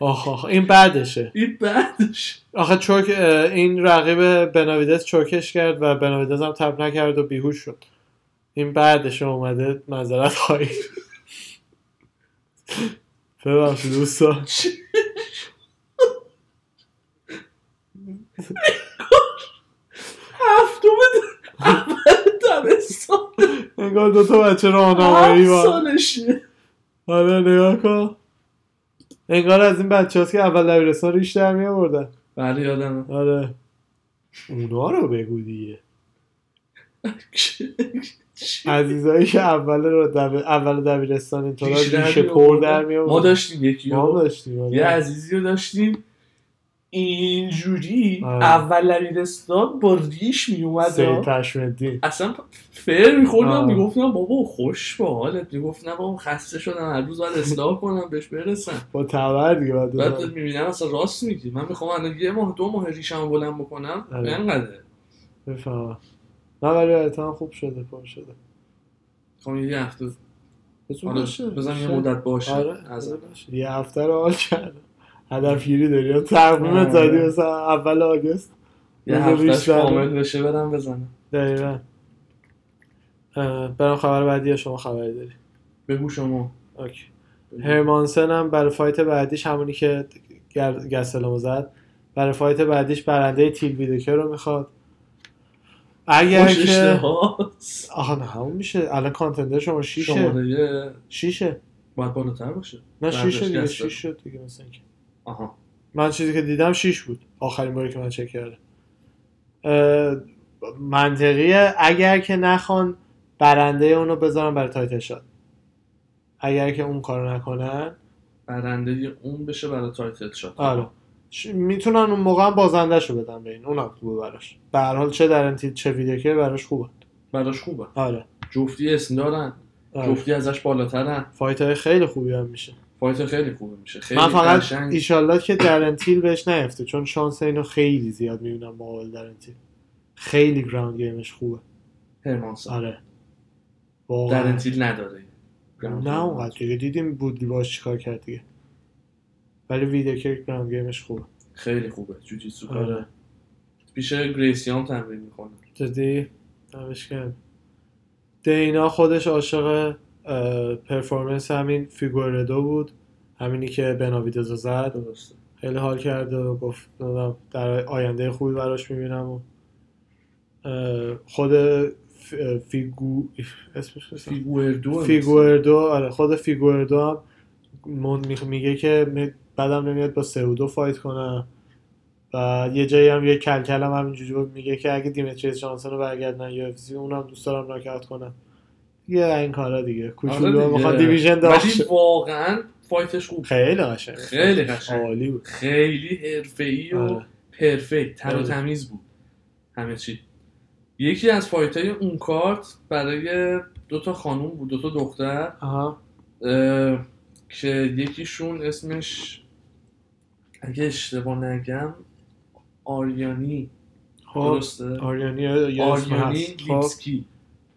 [SPEAKER 2] آخ آخ این بعدشه
[SPEAKER 1] این بعدش
[SPEAKER 2] آخه چوک این رقیب بناویدس چوکش کرد و بناویدس هم تب نکرد و بیهوش شد این بعدش اومده معذرت خواهی ببخشید دوستا
[SPEAKER 1] هفتم اول دبستان
[SPEAKER 2] انگار دوتا بچه راهنمایی
[SPEAKER 1] با سالشه
[SPEAKER 2] حالا نگاه کن انگار از این بچه هاست که اول دبیرستان ریش در می آوردن
[SPEAKER 1] بله یادمه
[SPEAKER 2] آره اونا رو بگو دیگه عزیزایی که اول رو دب... اول دبیرستان اینطور ریش پر در می
[SPEAKER 1] ما داشتیم یکی
[SPEAKER 2] ما داشتیم آره.
[SPEAKER 1] یه عزیزی رو داشتیم اینجوری
[SPEAKER 2] آره.
[SPEAKER 1] اول دبیرستان با ریش می اومد
[SPEAKER 2] سید
[SPEAKER 1] اصلا فر میخوردم میگفتم بابا خوش با حالت میگفتم بابا خسته شدم هر روز باید اصلاح کنم بهش برسم
[SPEAKER 2] با تبر دیگه
[SPEAKER 1] بعد بعد میبینم اصلا راست میگی من میخوام الان یه ماه دو ماه ریشم بلند بکنم
[SPEAKER 2] آره.
[SPEAKER 1] انقدر
[SPEAKER 2] بفهمم نه ولی خوب شده پر شده
[SPEAKER 1] خب یه هفته بزن آره، یه مدت باشه از
[SPEAKER 2] آره، یه هفته رو حال کردم هدفگیری داری یا تقویم زدی مثلا اول آگست
[SPEAKER 1] یه هفتهش کامل بشه برم بزنم
[SPEAKER 2] دقیقا برام خبر بعدی یا شما خبری داری
[SPEAKER 1] بگو شما
[SPEAKER 2] اوکی. هرمانسن هم برای فایت بعدیش همونی که گسلمو زد برای فایت بعدیش برنده تیل ویدکر رو میخواد اگر که آها نه همون میشه الان کانتندر شما شیشه
[SPEAKER 1] شماره
[SPEAKER 2] شیشه
[SPEAKER 1] باید بالاتر باشه
[SPEAKER 2] نه شیشه دیگه شیش شد دیگه مثلا که
[SPEAKER 1] آها
[SPEAKER 2] من چیزی که دیدم شیش بود آخرین باری که من چک کردم منطقیه اگر که نخوان برنده اونو بذارن برای تایتل شات اگر که اون کارو نکنن
[SPEAKER 1] برنده اون بشه برای تایتل شات
[SPEAKER 2] آره میتونن اون موقع بازندهش رو بدن به این اونم خوبه براش به هر حال چه در انتیل چه ویدیو که براش خوبه
[SPEAKER 1] براش خوبه
[SPEAKER 2] آره
[SPEAKER 1] جفتی اسم دارن آره. جفتی ازش بالاترن
[SPEAKER 2] فایت های خیلی خوبی هم میشه
[SPEAKER 1] فایت خیلی خوبه میشه خیلی
[SPEAKER 2] من فقط قشنگ. ایشالله که درنتیل بهش نیفته چون شانس اینو خیلی زیاد میبینم مقابل درنتیل خیلی گراوند گیمش خوبه
[SPEAKER 1] هرمانسا
[SPEAKER 2] آره
[SPEAKER 1] واقعا درنتیل نداره
[SPEAKER 2] نه اونقدر دیگه دیدیم بودلی باش چیکار کرد دیگه ولی ویدیو گراوند گیمش خوبه
[SPEAKER 1] خیلی خوبه جوجیتسو آره. پیش گریسیان تمرین میکنه
[SPEAKER 2] جدی دمش دینا خودش عاشق پرفورمنس همین فیگوردو بود همینی که بناویدز رو زد
[SPEAKER 1] درسته.
[SPEAKER 2] خیلی حال کرد و گفت در آینده خوبی براش میبینم و خود فیگو اسمش
[SPEAKER 1] فیگوردو
[SPEAKER 2] فیگوردو آره خود فیگوردو هم میگه که بعدم نمیاد با سعودو فایت کنم و یه جایی هم یه کلکل هم همینجوری میگه که اگه دیمتریس جانسون رو برگردن یو اف اونم دوست دارم ناکات کنم یه این کارا دیگه کوچولو میخواد دیویژن
[SPEAKER 1] آره ولی واقعا فایتش خوب
[SPEAKER 2] خیلی قشنگ
[SPEAKER 1] خیلی قشنگ
[SPEAKER 2] عالی بود آره.
[SPEAKER 1] خیلی حرفه‌ای و پرفکت تر و تمیز بود همه چی یکی از فایت های اون کارت برای دو تا خانوم بود دو تا دختر
[SPEAKER 2] آها.
[SPEAKER 1] اه، که یکیشون اسمش اگه اشتباه نگم آریانی
[SPEAKER 2] خب.
[SPEAKER 1] درسته
[SPEAKER 2] آریانی
[SPEAKER 1] آریانی
[SPEAKER 2] خب.
[SPEAKER 1] لیپسکی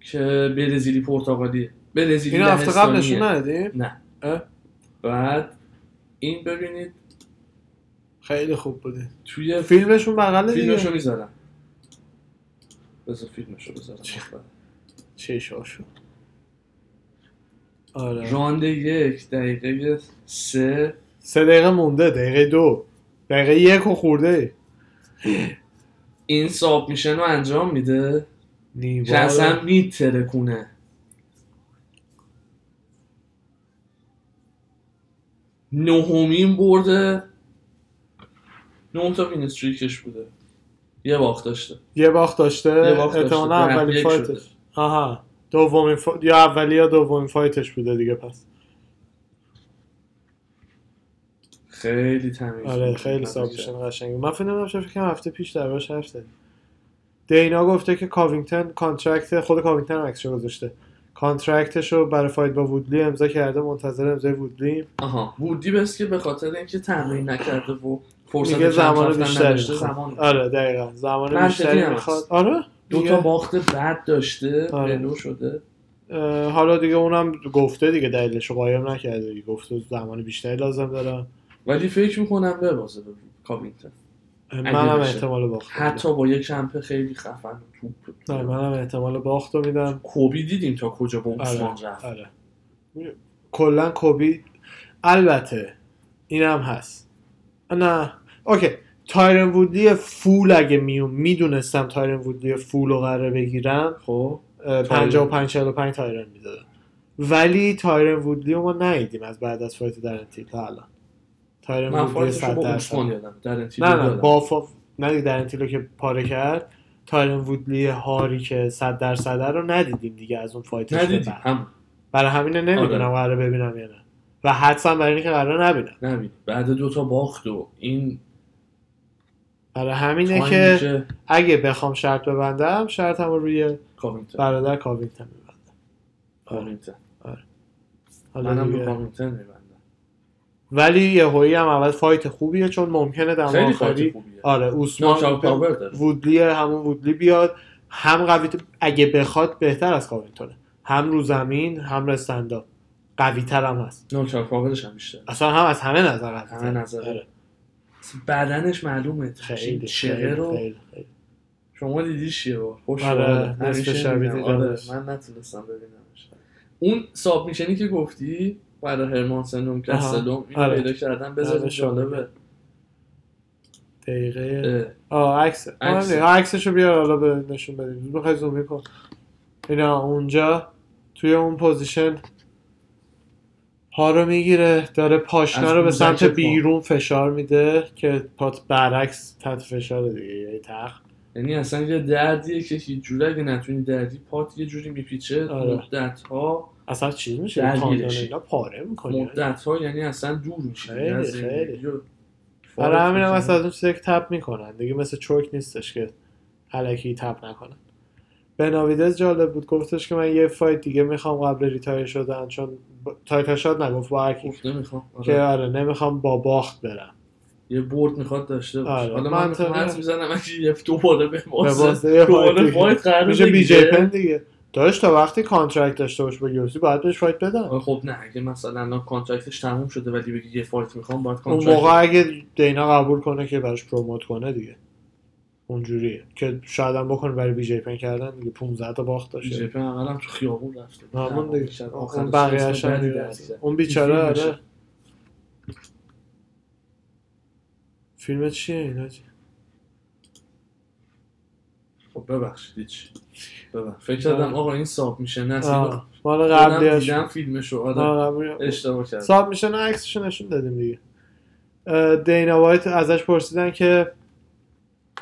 [SPEAKER 1] که برزیلی پرتغالیه برزیلی
[SPEAKER 2] اینو هفته قبل نشون ندادیم
[SPEAKER 1] نه بعد این ببینید
[SPEAKER 2] خیلی خوب بوده
[SPEAKER 1] توی
[SPEAKER 2] فیلمشون بغل دیگه
[SPEAKER 1] فیلمشو میذارم بذار فیلمشو بذارم
[SPEAKER 2] چه شاشو آره
[SPEAKER 1] راند یک دقیقه سه
[SPEAKER 2] سه دقیقه مونده دقیقه دو دقیقه یک و خورده
[SPEAKER 1] این ساب میشن رو انجام میده که اصلا میترکونه نهمین برده نه تا وین استریکش بوده یه باخت داشته
[SPEAKER 2] یه باخت داشته
[SPEAKER 1] یه باخت داشته
[SPEAKER 2] اولی فایتش آها دومین فا... یا اولی یا دومین فایتش بوده دیگه پس
[SPEAKER 1] خیلی تمیز
[SPEAKER 2] آره خیلی سابشن قشنگه من فکر نمیدونم که هفته پیش در باش حرف زدیم دینا گفته که کاوینگتن کانترکت خود کاوینگتن هم عکسش گذاشته کانترکتش رو برای فایت با وودلی امضا کرده منتظر امضای وودلی
[SPEAKER 1] آها وودی بس که به خاطر اینکه تمرین نکرده و فرصت
[SPEAKER 2] میگه زمان بیشتر
[SPEAKER 1] زمان
[SPEAKER 2] میخواد آره دقیقا زمان
[SPEAKER 1] منطقی هم
[SPEAKER 2] بیشتری
[SPEAKER 1] هست.
[SPEAKER 2] میخواد آره
[SPEAKER 1] دو
[SPEAKER 2] دیگه.
[SPEAKER 1] تا باخت بد داشته
[SPEAKER 2] آره.
[SPEAKER 1] بلو شده
[SPEAKER 2] اه، حالا دیگه اونم گفته دیگه دلیلش رو قایم نکرده دیگه گفته زمان بیشتری لازم دارم
[SPEAKER 1] ولی فکر میکنم ببازه به کاوینگتن
[SPEAKER 2] منم
[SPEAKER 1] بشه.
[SPEAKER 2] احتمال باخت رو
[SPEAKER 1] حتی با یه کمپ خیلی خفن توپ
[SPEAKER 2] میدم. آره، منم احتمال باخت رو میدم
[SPEAKER 1] کوبی دیدیم تا کجا با عثمان
[SPEAKER 2] آره
[SPEAKER 1] رفت
[SPEAKER 2] آره کلا کوبی البته اینم هست نه اوکی تایرن وودلی فول اگه میوم میدونستم تایرن وودلی فول رو قراره بگیرم
[SPEAKER 1] خب
[SPEAKER 2] اه، 55 45 تایرن میدادم ولی تایرن وودلی رو ما ندیدیم از بعد از فایت درنتی تا الان تایرن
[SPEAKER 1] من
[SPEAKER 2] وودلی
[SPEAKER 1] فارتش رو
[SPEAKER 2] 100
[SPEAKER 1] با
[SPEAKER 2] درصد
[SPEAKER 1] عثمان یادم در انتیبه
[SPEAKER 2] نه نه با فا... ندید درنتی رو که پاره کرد تایرن وودلی هاری که 100 درصد رو ندیدیم دیگه از اون فایتش به
[SPEAKER 1] ندیدی
[SPEAKER 2] بعد.
[SPEAKER 1] هم
[SPEAKER 2] برای همینه نمیدونم
[SPEAKER 1] آره.
[SPEAKER 2] قراره ببینم یا نه و حدسم برای اینکه قراره نبینم
[SPEAKER 1] نبینی بعد دو تا باخت و این
[SPEAKER 2] برای همینه
[SPEAKER 1] تایمی
[SPEAKER 2] که
[SPEAKER 1] که
[SPEAKER 2] اگه بخوام شرط ببندم شرطم رو روی
[SPEAKER 1] کاوینگتن
[SPEAKER 2] برادر کاوینگتن میبندم
[SPEAKER 1] کاوینگتن
[SPEAKER 2] حالا
[SPEAKER 1] آره. منم به
[SPEAKER 2] دیگه.
[SPEAKER 1] کاوینگتن میبندم
[SPEAKER 2] ولی یه هایی هم اول فایت خوبیه چون ممکنه در
[SPEAKER 1] خیلی فایت
[SPEAKER 2] آخری
[SPEAKER 1] خوبیه
[SPEAKER 2] آره
[SPEAKER 1] ناکاوت
[SPEAKER 2] اوسمان
[SPEAKER 1] پاور داره
[SPEAKER 2] وودلی همون وودلی بیاد هم قوی اگه بخواد بهتر از کاوینگتونه هم رو زمین هم رستندا قوی تر هم هست
[SPEAKER 1] ناکاوت پاورش هم بیشتر
[SPEAKER 2] اصلا هم از همه نظر قوی
[SPEAKER 1] همه نظره.
[SPEAKER 2] آره.
[SPEAKER 1] بدنش معلومه
[SPEAKER 2] خیلی
[SPEAKER 1] چهره
[SPEAKER 2] خیلی
[SPEAKER 1] رو
[SPEAKER 2] خیلی خیلی.
[SPEAKER 1] شما دیدیش یه بار خوش
[SPEAKER 2] آره،
[SPEAKER 1] آره.
[SPEAKER 2] نصف
[SPEAKER 1] همیشه
[SPEAKER 2] شبی
[SPEAKER 1] می‌بینم.
[SPEAKER 2] دیدمش.
[SPEAKER 1] آره، من نتونستم ببینمش اون ساب میشنی که گفتی برای هرمانسن و کسلوم اینو
[SPEAKER 2] آره.
[SPEAKER 1] پیدا کردم
[SPEAKER 2] آره،
[SPEAKER 1] بذارید
[SPEAKER 2] شما
[SPEAKER 1] جالبه
[SPEAKER 2] دقیقه
[SPEAKER 1] اه،
[SPEAKER 2] آه عکس
[SPEAKER 1] عکس.
[SPEAKER 2] آره، عکسشو بیار حالا به نشون بدیم میخوای زوم کن اینا اونجا توی اون پوزیشن پا رو میگیره داره پاشنا
[SPEAKER 1] از
[SPEAKER 2] رو به
[SPEAKER 1] گوزن
[SPEAKER 2] سمت
[SPEAKER 1] چپ پا.
[SPEAKER 2] بیرون فشار میده که پات برعکس تحت فشار دیگه یه تخ
[SPEAKER 1] یعنی اصلا یه دردیه که هیچ جوره اگه نتونی دردی پات یه جوری میپیچه
[SPEAKER 2] آره.
[SPEAKER 1] مدت ها
[SPEAKER 2] اصلا چیز میشه
[SPEAKER 1] درگیرش.
[SPEAKER 2] تاندون اینا پاره میکنه
[SPEAKER 1] مدت ها یعنی اصلا دور یعنی میشه
[SPEAKER 2] خیلی، خیلی. آره، برای
[SPEAKER 1] برای
[SPEAKER 2] همین هم از اون چیزایی که تپ میکنن دیگه مثل چوک نیستش که علکی تپ نکنن بناویدز جالب بود گفتش که من یه فایت دیگه میخوام قبل ریتایر شدن چون ب... تایتل شات نگفت با هرکی
[SPEAKER 1] گفته میخوام
[SPEAKER 2] که
[SPEAKER 1] آره.
[SPEAKER 2] آره نمیخوام با باخت برم
[SPEAKER 1] یه برد میخواد داشته باشه
[SPEAKER 2] آره،
[SPEAKER 1] حالا من
[SPEAKER 2] منطقی.
[SPEAKER 1] میخوام حرف میزنم اگه یه دوباره به
[SPEAKER 2] به
[SPEAKER 1] واسه
[SPEAKER 2] واسطه یه فایت
[SPEAKER 1] آره، دوباره
[SPEAKER 2] دیگه.
[SPEAKER 1] فایت قرار
[SPEAKER 2] میشه بی جی
[SPEAKER 1] بگیره.
[SPEAKER 2] پن دیگه داشت تا وقتی کانترکت داشته باشه با یوسی باید بهش فایت بدن
[SPEAKER 1] آه، خب نه اگه مثلا الان کانترکتش تموم شده ولی بگی یه فایت میخوام باید
[SPEAKER 2] اون
[SPEAKER 1] کانترکت
[SPEAKER 2] موقع اگه دینا قبول کنه که براش پروموت کنه دیگه اونجوریه که شاید هم بکنه برای بی جی پن کردن دیگه 15 تا باخت
[SPEAKER 1] بی
[SPEAKER 2] داشته
[SPEAKER 1] جی پن اول هم تو خیابون رفته
[SPEAKER 2] همون دیگه.
[SPEAKER 1] شاید آخرش
[SPEAKER 2] اون بقیه‌اش هم
[SPEAKER 1] بدی
[SPEAKER 2] می‌رسه.
[SPEAKER 1] درزیده.
[SPEAKER 2] اون بیچاره
[SPEAKER 1] این فیلمشه.
[SPEAKER 2] آره فیلم چیه اینا چی؟
[SPEAKER 1] خب ببخشید هیچ ببخش فکر کردم آقا این ساب میشه نه اصلا
[SPEAKER 2] آه، مال
[SPEAKER 1] خودم
[SPEAKER 2] قبلیاش
[SPEAKER 1] دیدم فیلمشو آره
[SPEAKER 2] آه، قبلی-
[SPEAKER 1] اشتباه کردم
[SPEAKER 2] ساب میشن عکسشو نشون دادیم دیگه اه، دینا وایت ازش پرسیدن که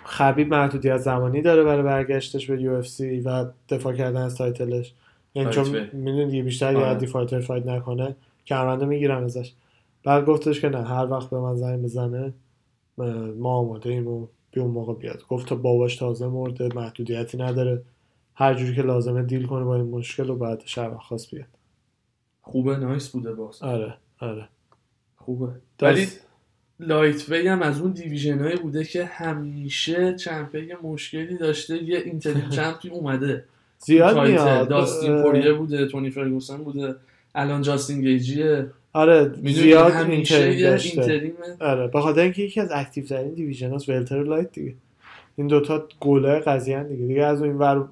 [SPEAKER 2] خبیب محدودیت زمانی داره برای برگشتش به یو اف سی و دفاع کردن از تایتلش یعنی
[SPEAKER 1] فایت
[SPEAKER 2] چون
[SPEAKER 1] وی.
[SPEAKER 2] میدونی دیگه بیشتر
[SPEAKER 1] آره.
[SPEAKER 2] یه حدی فایتر فایت نکنه کمرنده میگیرن ازش بعد گفتش که نه هر وقت به من زنگ بزنه اه، ما آماده ایم و بی اون موقع بیاد گفت تا باباش تازه مرده محدودیتی نداره هر جوری که لازمه دیل کنه با این مشکل و بعد شب خواست بیاد
[SPEAKER 1] خوبه نایس بوده باز
[SPEAKER 2] آره آره
[SPEAKER 1] خوبه
[SPEAKER 2] داست-
[SPEAKER 1] ولی لایت وی هم از اون دیویژن بوده که همیشه چمپه یه مشکلی داشته یه اینتریم چمپی اومده
[SPEAKER 2] زیاد
[SPEAKER 1] تایتل.
[SPEAKER 2] میاد
[SPEAKER 1] داستین
[SPEAKER 2] اه،
[SPEAKER 1] پوریه بوده تونی فرگوسن بوده الان جاستین گیجیه
[SPEAKER 2] آره
[SPEAKER 1] میدونی
[SPEAKER 2] زیاد
[SPEAKER 1] همیشه
[SPEAKER 2] اینترین
[SPEAKER 1] یه
[SPEAKER 2] داشته
[SPEAKER 1] اینتریم
[SPEAKER 2] آره به خاطر اینکه یکی از اکتیو ترین دیویژن هاست ولتر و لایت دیگه این دوتا گله قضیه دیگه دیگه از اون ور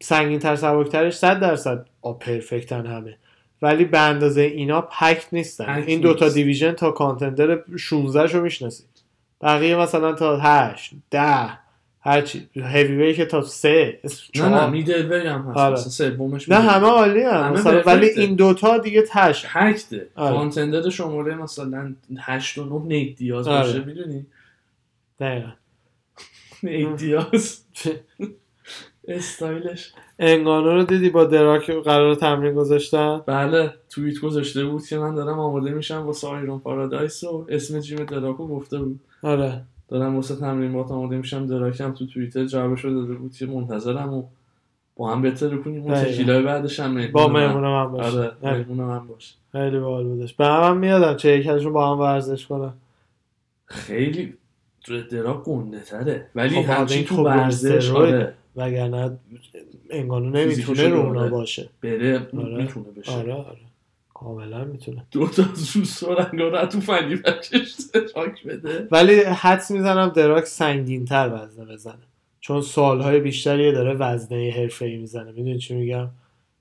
[SPEAKER 2] سنگین تر سبک ترش 100 درصد آ پرفکتن همه ولی به اندازه اینا پکت نیستن
[SPEAKER 1] پکت
[SPEAKER 2] این دوتا
[SPEAKER 1] نیست.
[SPEAKER 2] دیویژن تا کانتندر 16 شو میشناسید بقیه مثلا تا 8 10 هر چی هیوی وی که تا 3
[SPEAKER 1] نه نه میدل وی هم هست
[SPEAKER 2] آره.
[SPEAKER 1] مثلا سومش
[SPEAKER 2] نه
[SPEAKER 1] middle.
[SPEAKER 2] همه عالی
[SPEAKER 1] همه
[SPEAKER 2] مثلا ولی
[SPEAKER 1] پرفکته.
[SPEAKER 2] این دوتا دیگه تش
[SPEAKER 1] هکته
[SPEAKER 2] آره.
[SPEAKER 1] کانتندر شماره مثلا 8 و 9 نیک دیاز
[SPEAKER 2] آره.
[SPEAKER 1] باشه میدونی
[SPEAKER 2] دقیقا
[SPEAKER 1] نیک دیاز استایلش
[SPEAKER 2] انگانو رو دیدی با دراک قرار تمرین گذاشتن
[SPEAKER 1] بله توییت گذاشته بود که من دارم آماده میشم واسه آیرون پارادایس و اسم جیم دراکو گفته بود
[SPEAKER 2] آره
[SPEAKER 1] دارم واسه تمرینات آماده میشم دراکم تو توییتر جوابشو داده بود که منتظرم و با هم بهتر کنیم اون
[SPEAKER 2] دقیقاً.
[SPEAKER 1] تکیلای بعدش هم مهمونم
[SPEAKER 2] با مهمون من باشه
[SPEAKER 1] آره
[SPEAKER 2] آره.
[SPEAKER 1] مهمونم هم باشه
[SPEAKER 2] خیلی باحال بودش به هم, هم میادم چه یکیشون با هم ورزش کنن
[SPEAKER 1] خیلی دراک گنده تره ولی
[SPEAKER 2] خب،
[SPEAKER 1] همچین
[SPEAKER 2] این
[SPEAKER 1] تو
[SPEAKER 2] خب،
[SPEAKER 1] ورزش
[SPEAKER 2] استرویده.
[SPEAKER 1] آره
[SPEAKER 2] وگرنه انگانو
[SPEAKER 1] فیزیکش
[SPEAKER 2] نمیتونه رو اونا
[SPEAKER 1] دوباره.
[SPEAKER 2] باشه
[SPEAKER 1] بره
[SPEAKER 2] آره.
[SPEAKER 1] میتونه بشه
[SPEAKER 2] آره آره کاملا میتونه
[SPEAKER 1] دو تا زو سرنگا رو تو فنی بکشته خاک بده
[SPEAKER 2] ولی حدس میزنم دراک سنگین تر وزنه بزنه چون سالهای بیشتری داره وزنه حرفه ای میزنه میدونی چی میگم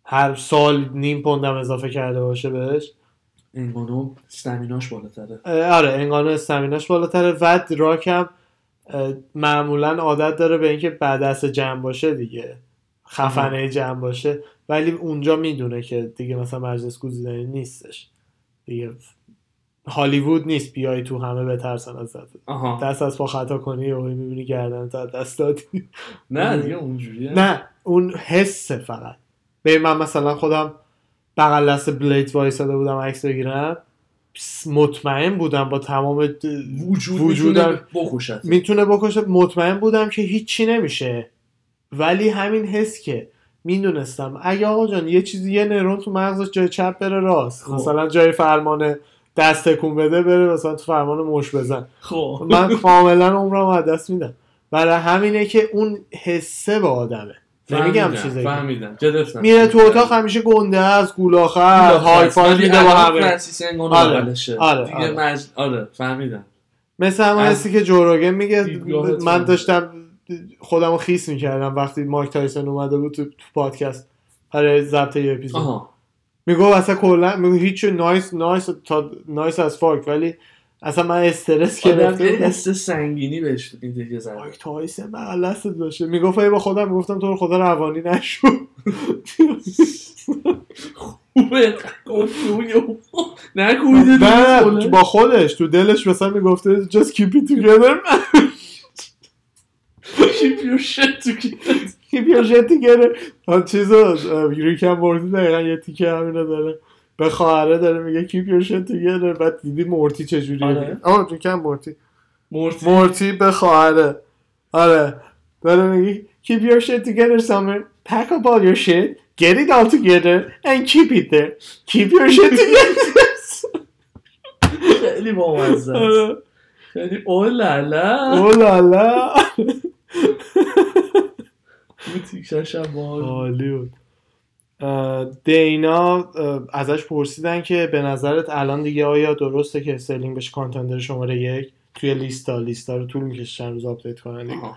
[SPEAKER 2] هر سال نیم پوندم اضافه کرده باشه بهش
[SPEAKER 1] انگانو سمیناش بالاتره
[SPEAKER 2] اه، آره انگانو استمیناش بالاتره و دراک هم اه، معمولا عادت داره به اینکه بدست جمع باشه دیگه خفنه جمع باشه ولی اونجا میدونه که دیگه مثلا مجلس گزیدنی نیستش دیگه هالیوود نیست بیای تو همه بترسن ازت
[SPEAKER 1] آها
[SPEAKER 2] دست از پا خطا کنی و میبینی گردن تا دست دادی
[SPEAKER 1] نه دیگه اونجوریه
[SPEAKER 2] نه اون حس فقط به من مثلا خودم بغل دست بلیت وایساده بودم عکس بگیرم پس- مطمئن بودم با تمام د-
[SPEAKER 1] وجود
[SPEAKER 2] وجودم-
[SPEAKER 1] میتونه بکشت
[SPEAKER 2] میتونه بکشه مطمئن بودم که هیچی نمیشه ولی همین حس که میدونستم اگه آقا جان یه چیزی یه نرون تو مغزش جای چپ بره راست
[SPEAKER 1] خب.
[SPEAKER 2] مثلا جای فرمان دست تکون بده بره مثلا تو فرمان مش بزن
[SPEAKER 1] خب
[SPEAKER 2] من کاملا عمرم از دست میدم برای همینه که اون حسه به آدمه نمیگم
[SPEAKER 1] فهمیدم،
[SPEAKER 2] چیزی
[SPEAKER 1] فهمیدم گرفتم
[SPEAKER 2] میره تو اتاق همیشه گنده از گولاخه است، های فای
[SPEAKER 1] ولی
[SPEAKER 2] میده با
[SPEAKER 1] الان
[SPEAKER 2] همه
[SPEAKER 1] فرانسیس انگانو
[SPEAKER 2] آره،
[SPEAKER 1] اولشه.
[SPEAKER 2] آره،
[SPEAKER 1] دیگه
[SPEAKER 2] آره.
[SPEAKER 1] مج... آره فهمیدم
[SPEAKER 2] مثل همون
[SPEAKER 1] از
[SPEAKER 2] حسی که جوروگن میگه
[SPEAKER 1] دیدگاهت
[SPEAKER 2] من
[SPEAKER 1] فهمیدم.
[SPEAKER 2] داشتم خودمو خیس میکردم وقتی مایک تایسون اومده بود تو, تو پادکست برای ضبط یه اپیزود
[SPEAKER 1] آها
[SPEAKER 2] میگو اصلا کلا میگو هیچ نایس نایس تا نایس از فاک ولی اصلا من استرس
[SPEAKER 1] آدم
[SPEAKER 2] گرفته
[SPEAKER 1] یه
[SPEAKER 2] بودم.
[SPEAKER 1] حس سنگینی بهش این دیگه زد
[SPEAKER 2] مایک تایسون بغل دستت باشه میگفت ای با خودم میگفتم تو رو خدا روانی نشو
[SPEAKER 1] خوبه گفتی اون یهو نکویده
[SPEAKER 2] نه با خودش تو دلش مثلا میگفته just keep it together
[SPEAKER 1] keep your shit together
[SPEAKER 2] keep your shit together آن چیزو ریکم مورتی دقیقا یه تیکه همینو داره به خواهره داره میگه keep your shit together بعد دیدی مورتی چجوریه
[SPEAKER 1] آره.
[SPEAKER 2] آره. آه ریکم مورتی
[SPEAKER 1] مرتی
[SPEAKER 2] مورتی به خواهره آره داره میگه keep your shit together summer pack up all your shit get it all together and keep it there keep your shit together
[SPEAKER 1] خیلی بامزه است
[SPEAKER 2] آره. Oh
[SPEAKER 1] یعنی او لالا
[SPEAKER 2] اوه لالا
[SPEAKER 1] اون تیکشش هم باحال.
[SPEAKER 2] عالی بود اه، دینا اه، ازش پرسیدن که به نظرت الان دیگه آیا درسته که استرلینگ بشه کانتندر شماره یک توی لیستا لیستا رو طول میکشه چند روز آپدیت کنن دیگه
[SPEAKER 1] آها.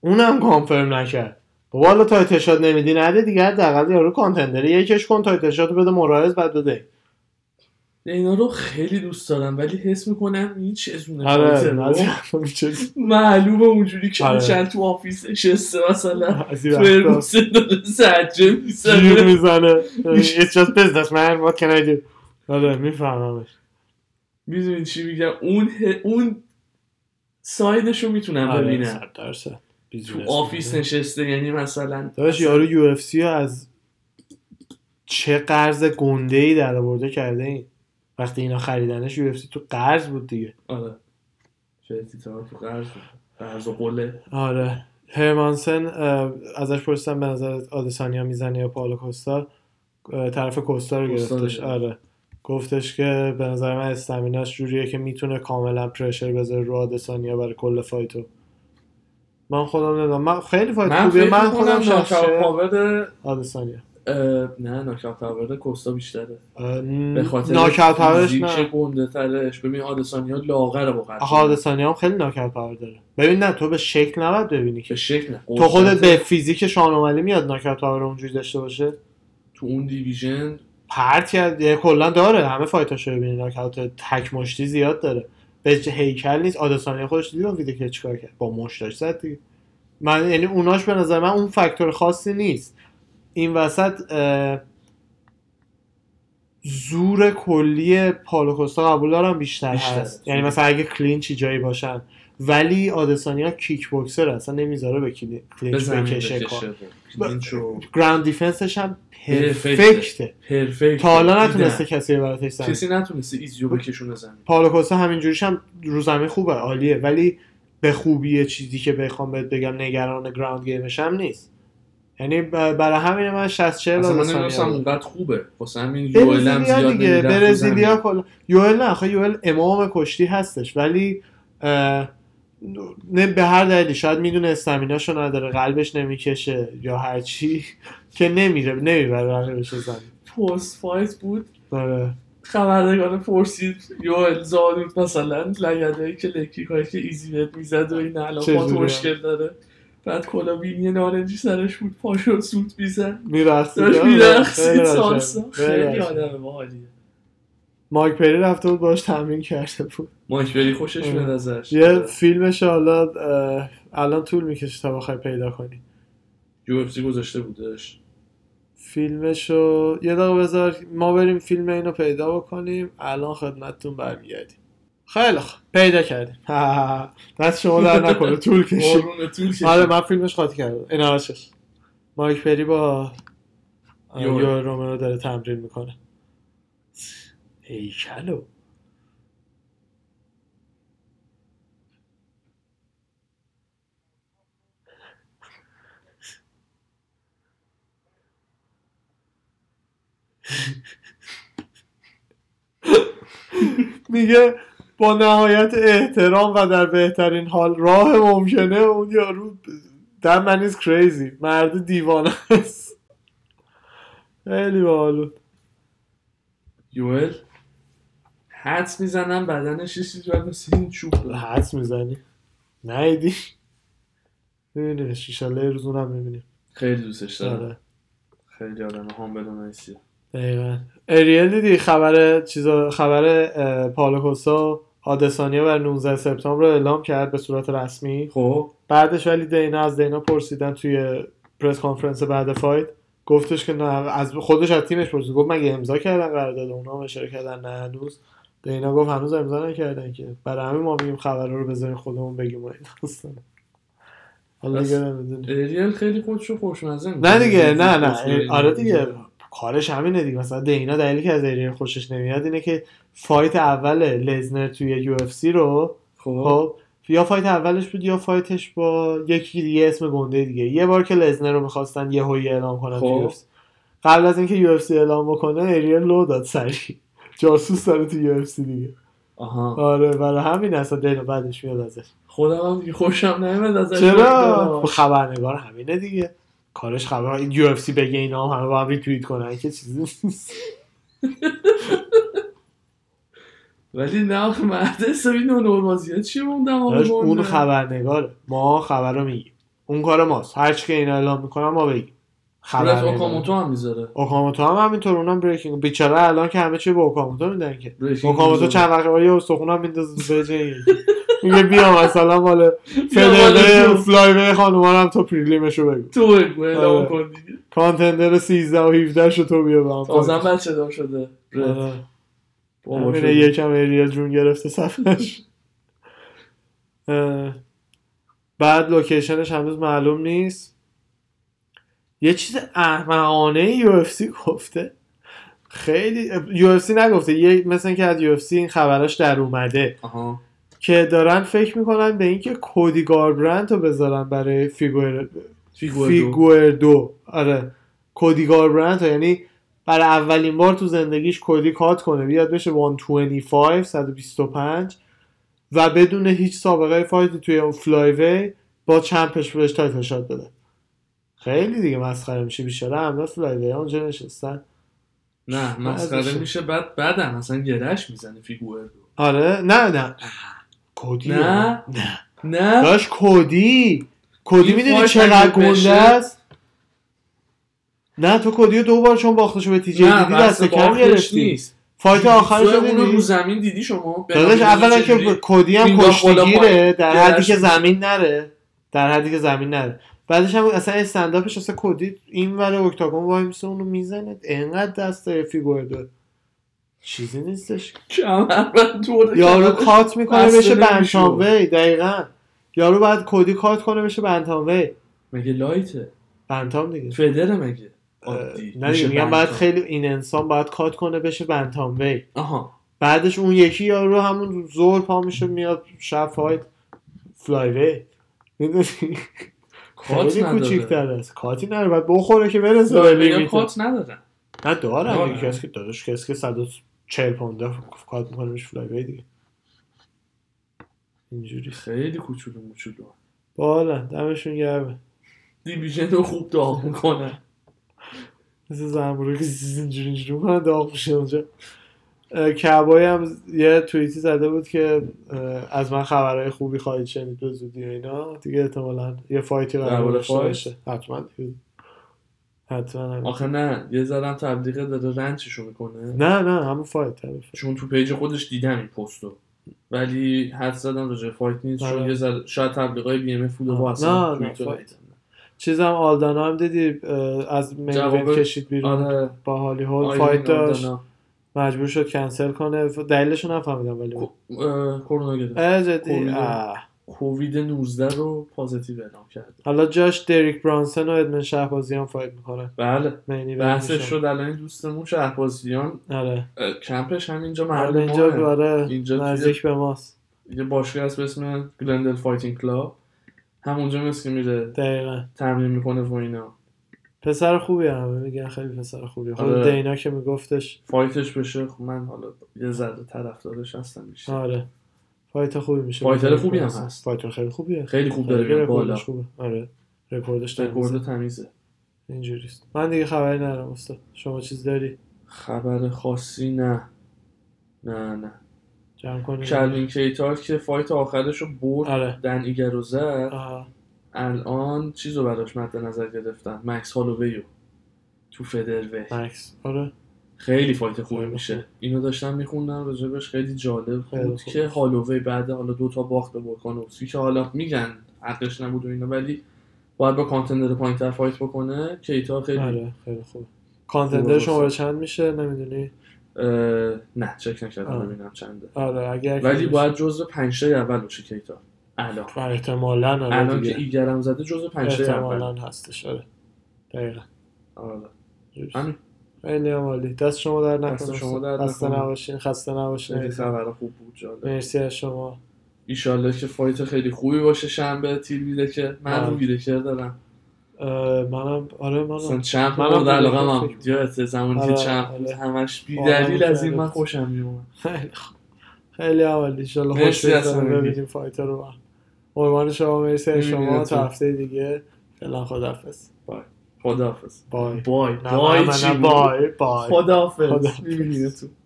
[SPEAKER 2] اونم کانفرم نکرد خب بابا حالا تایتل شات نمیدی نده دیگه حداقل یارو کانتندر یکش کن تایتل شات رو بده مورایز بعد بده
[SPEAKER 1] اینا رو خیلی دوست دارم ولی حس میکنم این چزونه
[SPEAKER 2] آره
[SPEAKER 1] کانتر رو.
[SPEAKER 2] بعضی وقتا می‌شه.
[SPEAKER 1] معلومه اونجوری که
[SPEAKER 2] آره.
[SPEAKER 1] چند تو آفیس نشسته مثلا
[SPEAKER 2] بعضی
[SPEAKER 1] تو
[SPEAKER 2] وقتا
[SPEAKER 1] روسه داره زجه میزنه
[SPEAKER 2] جیر میزنه It's just business man what can I do آره میفهممش
[SPEAKER 1] میدونی چی میگم اون ه- اون سایدشو میتونم
[SPEAKER 2] آره
[SPEAKER 1] ببینم
[SPEAKER 2] صد درصد
[SPEAKER 1] تو
[SPEAKER 2] بیزینس
[SPEAKER 1] آفیس
[SPEAKER 2] می‌کنه.
[SPEAKER 1] نشسته یعنی مثلا
[SPEAKER 2] داداش یارو یو اف سی از چه قرض گنده ای در آورده کرده این وقتی اینا خریدنش یو اف سی تو قرض بود دیگه
[SPEAKER 1] آره شاید تو قرض قرض و قله
[SPEAKER 2] آره هرمانسن اه، ازش پرسیدم به نظر آدسانیا میزنه یا پاولو کوستا اه، طرف کوستا رو
[SPEAKER 1] کوستا رو
[SPEAKER 2] گرفتش
[SPEAKER 1] گرفت.
[SPEAKER 2] آره گفتش که به نظر من استامیناش جوریه که میتونه کاملا پرشر بذاره رو آدسانیا برای کل فایتو من خودم نمیدونم من خیلی فایت
[SPEAKER 1] من
[SPEAKER 2] خوبیه
[SPEAKER 1] فکر
[SPEAKER 2] من
[SPEAKER 1] کنم
[SPEAKER 2] خودم
[SPEAKER 1] ناکاپ
[SPEAKER 2] نقشه
[SPEAKER 1] پاور
[SPEAKER 2] آدسانیا
[SPEAKER 1] اه، نه ناکاپ پاور کوستا بیشتره به خاطر
[SPEAKER 2] ناکاوت هاوش
[SPEAKER 1] فیزیک
[SPEAKER 2] نه
[SPEAKER 1] گنده ترش ببین آدسانیا لاغره با قد.
[SPEAKER 2] آخه آدسانی هم خیلی ناکاوت پاور داره ببین نه تو به شکل نباید ببینی
[SPEAKER 1] به
[SPEAKER 2] که
[SPEAKER 1] شکل نه.
[SPEAKER 2] تو خودت
[SPEAKER 1] قدرت
[SPEAKER 2] به فیزیک شانومالی میاد ناکاوت پاور اونجوری داشته باشه
[SPEAKER 1] تو اون دیویژن
[SPEAKER 2] پرت کرد- یه کلا داره همه فایتاشو ببینی ناکاوت تک مشتی زیاد داره به چه هیکل نیست آدسانی خودش دیدی اون ویدیو که چیکار کرد با مشتاش زد دیگه من یعنی اوناش به نظر من اون فاکتور خاصی نیست این وسط اه، زور کلی پالوکوستا قبول دارم بیشتر,
[SPEAKER 1] بیشتر.
[SPEAKER 2] هست یعنی مثلا اگه کلینچی جایی باشن ولی آدسانیا کیک بوکسر اصلا نمیذاره به کلینچ بکشه کار گراوند دیفنسش هم پرفکته
[SPEAKER 1] پرفکت
[SPEAKER 2] تا حالا نتونسته کسی براتش زمین
[SPEAKER 1] کسی نتونسته ایزیو بکشونه زمین
[SPEAKER 2] پالو کوستا همینجوریش هم رو زمین خوبه عالیه ولی به خوبی چیزی که بخوام بهت بگم نگران گراوند گیمش هم نیست یعنی برای همین من 60 40
[SPEAKER 1] اصلا من نمیدونم اونقدر خوبه واسه همین یوئل هم زیاد
[SPEAKER 2] دیگه برزیلیا کلا یوئل نه آخه یوئل امام کشتی هستش ولی نه به هر دلیلی شاید میدونه استمیناشو نداره قلبش نمیکشه یا هرچی که نمیره نمیبره رقیبش زمین
[SPEAKER 1] پست فایت بود
[SPEAKER 2] آره
[SPEAKER 1] خبرنگار پرسید یا زالوت مثلا لگدایی که لکیک هایی که ایزی بهت میزد و این علامات مشکل داره بعد کلا بینی نارنجی سرش بود پاشو سوت میزد
[SPEAKER 2] میرخصید
[SPEAKER 1] داشت میرخصید سالسا خیلی آدم باحالیه
[SPEAKER 2] مایک پری رفته بود باش تمرین کرده بود
[SPEAKER 1] مایک پری خوشش میاد ازش
[SPEAKER 2] یه فیلمش حالا الان طول میکشه تا بخوای پیدا کنی
[SPEAKER 1] یو اف سی گذاشته بودش
[SPEAKER 2] فیلمشو یه دقیقه بذار ما بریم فیلم اینو پیدا بکنیم الان خدمتتون برمیگردیم خیلی خوب پیدا کردیم دست شما در نکنه طول کشید آره من فیلمش قاطی کردم این آشش مایک پری با یو رومرو داره تمرین میکنه ای کلو میگه با نهایت احترام و در بهترین حال راه ممکنه اون یارو در من از کریزی مرد دیوانه است خیلی باحال
[SPEAKER 1] یوئل حدس میزنم بدنش یه چیزی مثل این چوب
[SPEAKER 2] حدس میزنی نهیدی میبینیمش ایشالله یه روز اونم میبینیم
[SPEAKER 1] خیلی دوستش
[SPEAKER 2] آره.
[SPEAKER 1] دارم خیلی آدم هم بدون ایسیه
[SPEAKER 2] دقیقا اریل دیدی خبر چیزا خبر پالوکوسا آدسانیا بر 19 سپتامبر رو اعلام کرد به صورت رسمی
[SPEAKER 1] خب
[SPEAKER 2] بعدش ولی دینا از دینا پرسیدن توی پرس کانفرنس بعد فایت گفتش که نه از خودش از تیمش پرسید گفت مگه امضا کردن قرارداد اونا هم اشاره کردن نه هنوز دینا گفت هنوز امضا نکردن که برای همین ما میگیم خبر رو بذاریم خودمون بگیم و این حالا
[SPEAKER 1] اریل خیلی خودشو خوشمزه
[SPEAKER 2] نه دیگه نه نه آره دیگه کارش همینه دیگه مثلا دینا دلیلی که از ایرین خوشش نمیاد اینه که فایت اول لزنر توی یو اف سی رو
[SPEAKER 1] خب
[SPEAKER 2] یا فایت اولش بود یا فایتش با یکی دیگه اسم گنده دیگه یه بار که لزنر رو میخواستن یه هایی اعلام کنن توی قبل از اینکه یو اف سی اعلام بکنه ایرین لو داد سری جاسوس داره توی یو اف سی دیگه
[SPEAKER 1] آها.
[SPEAKER 2] آره برای همین اصلا دینا بعدش میاد ازش
[SPEAKER 1] خودم هم دیگه خوشم نمیاد ازش
[SPEAKER 2] چرا خب خبرنگار همینه دیگه کارش خبر یو اف سی بگه اینا هم همه با هم ریتویت کنن که چیزی نیست
[SPEAKER 1] ولی نه آخه مرد حسابی نونورمازیه چی موندم
[SPEAKER 2] اون خبرنگاره ما خبر رو میگیم اون کار ماست هر چی که اینا اعلام میکنن ما بگیم
[SPEAKER 1] خبر اوکاموتو هم میذاره
[SPEAKER 2] اوکاموتو هم همینطور اونم بریکینگ بیچاره الان که همه چی به اوکاموتو میدن که اوکاموتو چند وقت یه استخون هم میندازه به جنگ میگه بیا مثلا مال فدره فلایوی خانوما هم تو پریلیمشو بگو
[SPEAKER 1] تو بگو اعلام
[SPEAKER 2] آره.
[SPEAKER 1] کن دیگه
[SPEAKER 2] کانتندر 13 و 17 شو تو بیا برام
[SPEAKER 1] تازه بچه دار شده
[SPEAKER 2] آره. همینه یکم ایریل جون گرفته صفحش بعد لوکیشنش هنوز معلوم نیست یه چیز احمقانه یو اف سی گفته خیلی یو اف سی نگفته یه مثل که از یو اف سی این خبراش در اومده
[SPEAKER 1] آها.
[SPEAKER 2] که دارن فکر میکنن به اینکه کودی گاربرند رو بذارن برای فیگور فیگور دو آره کودی گاربرند یعنی برای اولین بار تو زندگیش کودی کات کنه بیاد بشه 125 125 و بدون هیچ سابقه فایت توی اون فلایوی با چمپش بهش تایتل شات بده خیلی دیگه مسخره میشه بیچاره همه فلایوی اونجا نشستن
[SPEAKER 1] نه مسخره میشه بعد بعدم اصلا گرش میزنه فیگور دو
[SPEAKER 2] آره نه نه کودی
[SPEAKER 1] نه
[SPEAKER 2] نه
[SPEAKER 1] نه
[SPEAKER 2] داش کودی کودی میدونی چقدر گنده است نه تو کودی دو بار چون باختشو به تیجی دیدی دست کم گرفتی فایت آخرش
[SPEAKER 1] رو دیدی رو زمین دیدی شما
[SPEAKER 2] داداش اولا که کودی هم کشتیگیره در حدی که زمین نره در حدی که زمین نره بعدش هم اصلا استنداپش اصلا کودی این ور اوکتاگون وای میسه اونو میزنه انقدر دست فیگور داره چیزی نیستش
[SPEAKER 1] کمر دور
[SPEAKER 2] یارو کات میکنه
[SPEAKER 1] بسته
[SPEAKER 2] بشه
[SPEAKER 1] نمیشه.
[SPEAKER 2] بنتام وی دقیقا یارو باید کدی کات کنه بشه بنتام وی
[SPEAKER 1] مگه لایته
[SPEAKER 2] بنتام دیگه
[SPEAKER 1] فدر مگه
[SPEAKER 2] اه،
[SPEAKER 1] عادی.
[SPEAKER 2] نه
[SPEAKER 1] میشه
[SPEAKER 2] دیگه میگم باید
[SPEAKER 1] بنتام.
[SPEAKER 2] خیلی این انسان باید کات کنه بشه بنتام وی
[SPEAKER 1] آها
[SPEAKER 2] بعدش اون یکی یارو همون زور پا میشه میاد شب فایت فلای وی میدونی
[SPEAKER 1] کات
[SPEAKER 2] خیلی
[SPEAKER 1] نداره.
[SPEAKER 2] کوچیک‌تر است کاتی نره باید بخوره که برسه به
[SPEAKER 1] دارم میگم
[SPEAKER 2] لیمیت.
[SPEAKER 1] کات ندارن
[SPEAKER 2] نه دارم
[SPEAKER 1] دارم.
[SPEAKER 2] یکی کسی که داداش کسی که 140 پونده کات میکنه میشه فلای وی دیگه اینجوری
[SPEAKER 1] خیلی کوچولو موچولو
[SPEAKER 2] بالا دمشون گرمه
[SPEAKER 1] دیویژن رو خوب داغ میکنن
[SPEAKER 2] مثل زنبوره که زیز اینجوری اینجوری میکنه داغ میشه اونجا اه، کعبایی هم یه توییتی زده بود که اه، از من خبرهای خوبی خواهید شنید به زودی و اینا دیگه احتمالا یه فایتی قرار
[SPEAKER 1] درباره
[SPEAKER 2] داشته
[SPEAKER 1] فایت؟
[SPEAKER 2] باشه حتما دیگه. حتما هم.
[SPEAKER 1] آخه نه یه زرم تبلیغ داره رنچشو میکنه
[SPEAKER 2] نه نه همون فایت طرف
[SPEAKER 1] چون تو پیج خودش دیدم این پستو ولی حد زدم راجع به فایت نیست
[SPEAKER 2] آره.
[SPEAKER 1] چون یه ذره- شاید تبلیغای بی ام اف بود و
[SPEAKER 2] آه.
[SPEAKER 1] اصلا
[SPEAKER 2] نه، نه،
[SPEAKER 1] توییتر
[SPEAKER 2] فایت.
[SPEAKER 1] دیدم.
[SPEAKER 2] چیزم آلدانا هم دیدی اه، از میوین
[SPEAKER 1] جواب-
[SPEAKER 2] کشید بیرون
[SPEAKER 1] آره
[SPEAKER 2] با هالی هول
[SPEAKER 1] آیرین
[SPEAKER 2] فایت داشت
[SPEAKER 1] آردنا.
[SPEAKER 2] مجبور شد کنسل کنه دلیلش رو نفهمیدم ولی
[SPEAKER 1] کو- اه، کرونا گرفت
[SPEAKER 2] اه، جدی
[SPEAKER 1] کووید.
[SPEAKER 2] اه.
[SPEAKER 1] کووید 19 رو پازیتیو اعلام کرد
[SPEAKER 2] حالا جاش دریک برانسن و ادمن شهبازیان فایت میکنه
[SPEAKER 1] بله
[SPEAKER 2] مینی
[SPEAKER 1] بحثش شد الان این دوستمون شهبازیان
[SPEAKER 2] آره
[SPEAKER 1] اه، کمپش همینجا
[SPEAKER 2] حالا
[SPEAKER 1] مردم
[SPEAKER 2] اینجا آره
[SPEAKER 1] اینجا توی-
[SPEAKER 2] نزدیک به ماست
[SPEAKER 1] یه باشگاه هست به اسم گلندل فایتینگ کلاب همونجا مثل که میره
[SPEAKER 2] دقیقا
[SPEAKER 1] تمرین میکنه و اینا
[SPEAKER 2] پسر خوبی همه میگن خیلی پسر خوبی خود
[SPEAKER 1] آره.
[SPEAKER 2] دینا که میگفتش
[SPEAKER 1] فایتش بشه خب من حالا یه ذره طرفدارش هستم بیشتر
[SPEAKER 2] آره فایت خوبی میشه
[SPEAKER 1] فایتر
[SPEAKER 2] بازی
[SPEAKER 1] خوبی هم
[SPEAKER 2] می‌کنه.
[SPEAKER 1] هست.
[SPEAKER 2] فایتر خیلی خوبیه
[SPEAKER 1] خیلی خوب داره
[SPEAKER 2] خیلی
[SPEAKER 1] میاد
[SPEAKER 2] رکوردش
[SPEAKER 1] بالا
[SPEAKER 2] خوبه آره رکوردش تمیزه
[SPEAKER 1] رکورد تمیزه
[SPEAKER 2] اینجوریست من دیگه خبری ندارم استاد شما چیز داری
[SPEAKER 1] خبر خاصی نه نه نه
[SPEAKER 2] جمع کنی
[SPEAKER 1] کلوین کیتار که فایت آخرش رو برد
[SPEAKER 2] آره
[SPEAKER 1] دن ایگر رو زد
[SPEAKER 2] آها.
[SPEAKER 1] الان چیز رو براش مد نظر گرفتن مکس هالوویو تو فدروی
[SPEAKER 2] مکس آره
[SPEAKER 1] خیلی فایت خوبی
[SPEAKER 2] خیلی
[SPEAKER 1] میشه
[SPEAKER 2] خوب.
[SPEAKER 1] اینو داشتم میخوندم راجبش خیلی جالب
[SPEAKER 2] خیلی
[SPEAKER 1] بود
[SPEAKER 2] خوب.
[SPEAKER 1] که هالووی بعد حالا دو تا باخت به بولکانوفسکی که حالا میگن حقش نبود و اینا ولی باید با کانتندر پایینتر فایت بکنه کیتا خیلی
[SPEAKER 2] آره خیلی خوب کانتندر
[SPEAKER 1] خوبه،
[SPEAKER 2] شماره
[SPEAKER 1] استاد.
[SPEAKER 2] چند میشه نمیدونی
[SPEAKER 1] اه، نه چک نکردم
[SPEAKER 2] آه.
[SPEAKER 1] ببینم چنده
[SPEAKER 2] آره اگر
[SPEAKER 1] ولی باید جزو پنجتای اول باشه کیتا الان
[SPEAKER 2] و احتمالا آره
[SPEAKER 1] الان
[SPEAKER 2] دیگه
[SPEAKER 1] که ایگرم زده جزو پنجتای اول
[SPEAKER 2] احتمالا هستش آره دقیقا
[SPEAKER 1] آره. همین
[SPEAKER 2] خیلی هم عالی دست شما در نکنه
[SPEAKER 1] دست شما در
[SPEAKER 2] خسته
[SPEAKER 1] نکنه.
[SPEAKER 2] نباشین خسته
[SPEAKER 1] خیلی
[SPEAKER 2] نباشین
[SPEAKER 1] خبر خوب بود جالب
[SPEAKER 2] مرسی از شما
[SPEAKER 1] ایشالله که فایت خیلی خوبی باشه شنبه تیر میده که من
[SPEAKER 2] آره.
[SPEAKER 1] رو ویدکر دارم
[SPEAKER 2] اه، منم آره
[SPEAKER 1] مثلا
[SPEAKER 2] منم
[SPEAKER 1] چند
[SPEAKER 2] منم
[SPEAKER 1] مورد
[SPEAKER 2] بودم،
[SPEAKER 1] علاقه
[SPEAKER 2] فکر
[SPEAKER 1] هم
[SPEAKER 2] می‌کنم.
[SPEAKER 1] یادت زمانی
[SPEAKER 2] آره،
[SPEAKER 1] که چند
[SPEAKER 2] آره.
[SPEAKER 1] بود همش بی
[SPEAKER 2] آره،
[SPEAKER 1] دلیل از این
[SPEAKER 2] جالب.
[SPEAKER 1] من خوشم میومد
[SPEAKER 2] خیلی خوب. خیلی هم عالی انشالله خوش
[SPEAKER 1] مرسی از
[SPEAKER 2] بگذره
[SPEAKER 1] همگی.
[SPEAKER 2] ببینیم فایتر رو با هم. قربان شما مرسی از شما
[SPEAKER 1] می‌بینمتون.
[SPEAKER 2] تا هفته دیگه فعلا خداحافظ
[SPEAKER 1] خداحافظ
[SPEAKER 2] بای
[SPEAKER 1] بای
[SPEAKER 2] نه، نه،
[SPEAKER 1] بای
[SPEAKER 2] نه،
[SPEAKER 1] چی بود؟
[SPEAKER 2] بای بای
[SPEAKER 1] خداحافظ
[SPEAKER 2] خداحافظ.
[SPEAKER 1] می‌بینی تو